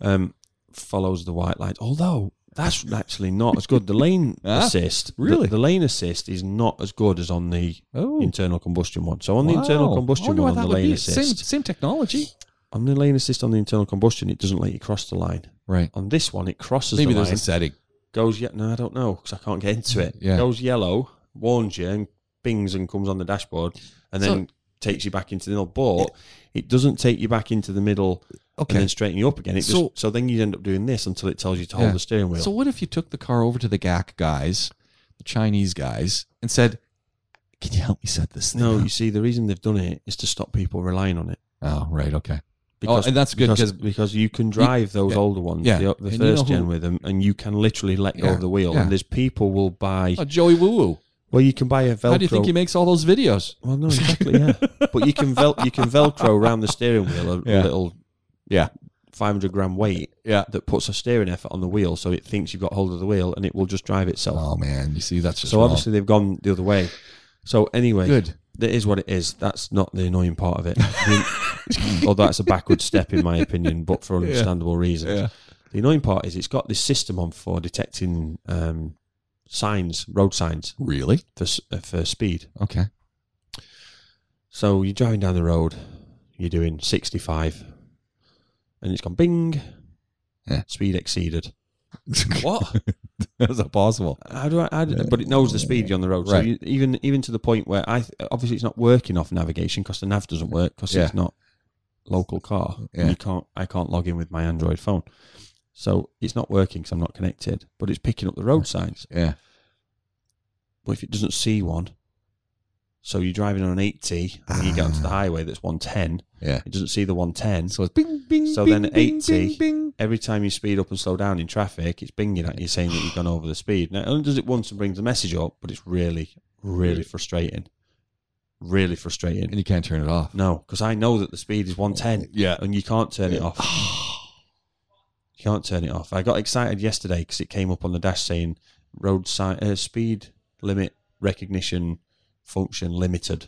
[SPEAKER 2] Um, follows the white line. Although that's actually not as good. The lane
[SPEAKER 1] Ah,
[SPEAKER 2] assist, the-
[SPEAKER 1] really?
[SPEAKER 2] the, lane assist is not as good as on the
[SPEAKER 1] Oh,
[SPEAKER 2] internal combustion one. So on the internal combustion
[SPEAKER 1] wonder
[SPEAKER 2] one,
[SPEAKER 1] what
[SPEAKER 2] on the
[SPEAKER 1] that would
[SPEAKER 2] lane
[SPEAKER 1] be.
[SPEAKER 2] assist,
[SPEAKER 1] Same, same technology,
[SPEAKER 2] on the lane assist on the internal combustion, it doesn't let you cross the line.
[SPEAKER 1] right?
[SPEAKER 2] On this one, it crosses
[SPEAKER 1] Maybe
[SPEAKER 2] the
[SPEAKER 1] there's
[SPEAKER 2] line.
[SPEAKER 1] a setting.
[SPEAKER 2] goes yet? No, I don't know because I can't get into it.
[SPEAKER 1] Yeah.
[SPEAKER 2] Goes yellow, warns you, and bings and comes on the dashboard, and then. Takes you back into the middle, but it doesn't take you back into the middle and
[SPEAKER 1] Okay.
[SPEAKER 2] then straighten you up again. It
[SPEAKER 1] So-
[SPEAKER 2] just, so then you end up doing this until it tells you to hold
[SPEAKER 1] Yeah.
[SPEAKER 2] the steering wheel.
[SPEAKER 1] So what if you took the car over to the GAC guys, the Chinese guys, and said, "Can you help me set this thing?"
[SPEAKER 2] No,
[SPEAKER 1] up?"
[SPEAKER 2] you see, the reason they've done it is to stop people relying on it.
[SPEAKER 1] Oh, right. Okay.
[SPEAKER 2] Because,
[SPEAKER 1] oh, and that's good
[SPEAKER 2] because,
[SPEAKER 1] because
[SPEAKER 2] because you can drive those
[SPEAKER 1] yeah,
[SPEAKER 2] older ones,
[SPEAKER 1] yeah.
[SPEAKER 2] the, the
[SPEAKER 1] And you know
[SPEAKER 2] first
[SPEAKER 1] who-
[SPEAKER 2] gen with them, and you can literally let go
[SPEAKER 1] Yeah,
[SPEAKER 2] of the wheel.
[SPEAKER 1] yeah.
[SPEAKER 2] And there's people will buy.
[SPEAKER 1] oh, Joey Woo Woo.
[SPEAKER 2] Well, you can buy a Velcro.
[SPEAKER 1] How do you think he makes all those videos?
[SPEAKER 2] well, no, exactly, yeah. but you can vel- you can Velcro around the steering wheel a
[SPEAKER 1] Yeah.
[SPEAKER 2] little,
[SPEAKER 1] Yeah.
[SPEAKER 2] 500 gram weight
[SPEAKER 1] Yeah.
[SPEAKER 2] that puts a steering effort on the wheel, so it thinks you've got hold of the wheel, and it will just drive itself.
[SPEAKER 1] Oh man, you see that's just
[SPEAKER 2] so
[SPEAKER 1] wrong.
[SPEAKER 2] obviously they've gone the other way. So anyway,
[SPEAKER 1] good.
[SPEAKER 2] That is what it is. That's not the annoying part of it. The- although that's a backward step in my opinion, but for understandable reasons.
[SPEAKER 1] Yeah.
[SPEAKER 2] The annoying part is it's got this system on for detecting um, signs, road signs
[SPEAKER 1] Really?
[SPEAKER 2] for s- uh, for speed.
[SPEAKER 1] Okay.
[SPEAKER 2] So you're driving down the road, you're doing 65, and it's gone bing,
[SPEAKER 1] Yeah.
[SPEAKER 2] speed exceeded. What?
[SPEAKER 1] How's that possible?
[SPEAKER 2] How do I? How do, but it knows the speed you're on the road. So
[SPEAKER 1] Right.
[SPEAKER 2] you, even even to the point where I th- obviously it's not working off navigation because the nav doesn't work because
[SPEAKER 1] Yeah.
[SPEAKER 2] it's not local car. and
[SPEAKER 1] Yeah.
[SPEAKER 2] You can't. I can't log in with my Android phone, so it's not working because I'm not connected. But it's picking up the road signs.
[SPEAKER 1] Yeah.
[SPEAKER 2] But if it doesn't see one, so you're driving on an 80 and you get onto the highway that's 110.
[SPEAKER 1] Ah. Yeah.
[SPEAKER 2] It doesn't see the 110.
[SPEAKER 1] So it's bing, bing,
[SPEAKER 2] So
[SPEAKER 1] bing,
[SPEAKER 2] then
[SPEAKER 1] bing,
[SPEAKER 2] 80.
[SPEAKER 1] bing, bing.
[SPEAKER 2] every time you speed up and slow down in traffic, it's binging at you saying that you've gone over the speed. Now, it only does it once and brings the message up, but it's really, really frustrating. Really
[SPEAKER 1] And
[SPEAKER 2] frustrating.
[SPEAKER 1] you can't turn it off.
[SPEAKER 2] No, because I know that the speed is 110
[SPEAKER 1] Yeah.
[SPEAKER 2] and you can't turn it off. You can't turn it off. I got excited yesterday because it came up on the dash saying road sign, uh, speed limit recognition function limited.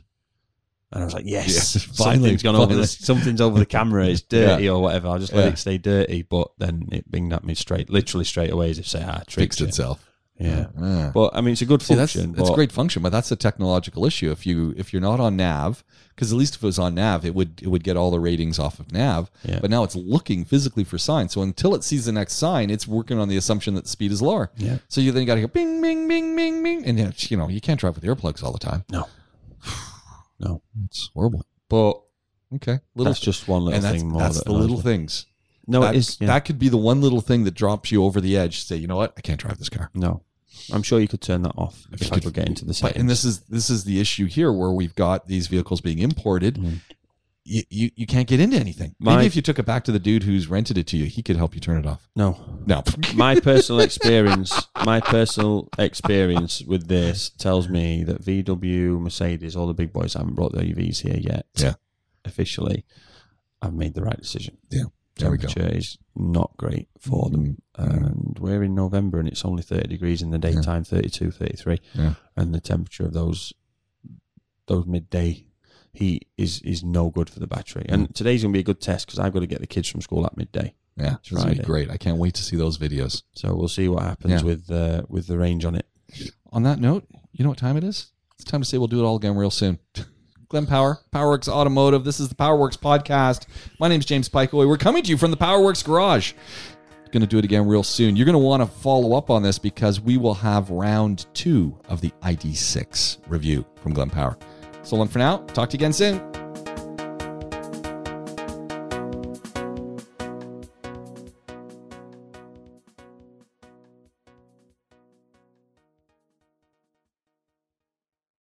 [SPEAKER 2] And I was like, yes,
[SPEAKER 1] Yes, finally,
[SPEAKER 2] something's gone over.
[SPEAKER 1] finally.
[SPEAKER 2] The, something's over the camera. It's dirty or whatever. I'll just let
[SPEAKER 1] Yeah.
[SPEAKER 2] it stay dirty. But then it binged at me straight, literally straight away, as if say, ah, I tricked
[SPEAKER 1] Fixed
[SPEAKER 2] it.
[SPEAKER 1] itself.
[SPEAKER 2] Yeah.
[SPEAKER 1] Ah.
[SPEAKER 2] But I mean, it's a good
[SPEAKER 1] See, that's
[SPEAKER 2] function.
[SPEAKER 1] that's
[SPEAKER 2] but-
[SPEAKER 1] a great function, but that's a technological issue. If you if you're not on Nav, because at least if it was on Nav, it would it would get all the ratings off of Nav.
[SPEAKER 2] Yeah.
[SPEAKER 1] But now it's looking physically for signs. So until it sees the next sign, it's working on the assumption that the speed is lower.
[SPEAKER 2] Yeah.
[SPEAKER 1] So you then got to go bing, bing, bing, bing, bing, and then, you know you can't drive with earplugs all the time.
[SPEAKER 2] No. No.
[SPEAKER 1] it's horrible.
[SPEAKER 2] But
[SPEAKER 1] Okay, little
[SPEAKER 2] that's just one little
[SPEAKER 1] and that's,
[SPEAKER 2] thing more.
[SPEAKER 1] that's
[SPEAKER 2] that
[SPEAKER 1] the
[SPEAKER 2] annoys
[SPEAKER 1] little
[SPEAKER 2] me.
[SPEAKER 1] things.
[SPEAKER 2] No,
[SPEAKER 1] that,
[SPEAKER 2] it is. yeah.
[SPEAKER 1] Oh, that could be the one little thing that drops you over the edge. Say, you know what, I can't drive this car.
[SPEAKER 2] No, I'm sure you could turn that off if,
[SPEAKER 1] you
[SPEAKER 2] I
[SPEAKER 1] could-
[SPEAKER 2] could get into the
[SPEAKER 1] But,
[SPEAKER 2] settings.
[SPEAKER 1] and this is this is the issue here where we've got these vehicles being imported.
[SPEAKER 2] Mm.
[SPEAKER 1] You, you you can't get into anything.
[SPEAKER 2] My-
[SPEAKER 1] Maybe if you took it back to the dude who's rented it to you, he could help you turn it off.
[SPEAKER 2] no,
[SPEAKER 1] No,
[SPEAKER 2] my personal experience, my personal experience with this tells me that VW, Mercedes, all the big boys haven't brought their EVs here yet.
[SPEAKER 1] Yeah.
[SPEAKER 2] officially, I've made the right decision.
[SPEAKER 1] there we go.
[SPEAKER 2] Temperature is not great for them,
[SPEAKER 1] Mm.
[SPEAKER 2] and we're in November, and it's only thirty degrees in the daytime, 32, 33.
[SPEAKER 1] Yeah.
[SPEAKER 2] and the temperature of those those midday heat is is no good for the battery.
[SPEAKER 1] Mm.
[SPEAKER 2] And today's gonna be a good test because I've got to get the kids from school at midday.
[SPEAKER 1] Yeah, this would be
[SPEAKER 2] Friday.
[SPEAKER 1] great. I can't wait to see those videos.
[SPEAKER 2] So we'll see what happens
[SPEAKER 1] Yeah.
[SPEAKER 2] with uh, with the range on it.
[SPEAKER 1] On that note, you know what time it is? It's time to say we'll do it all again real soon. Glenn Power, Powerworks Automotive. This is the Powerworks podcast. My name's James Pikeway. We're coming to you from the Powerworks garage. Going to do it again real soon. You're going to want to follow up on this because we will have round two of the ID6 review from Glenn Power. So long for now. Talk to you again soon.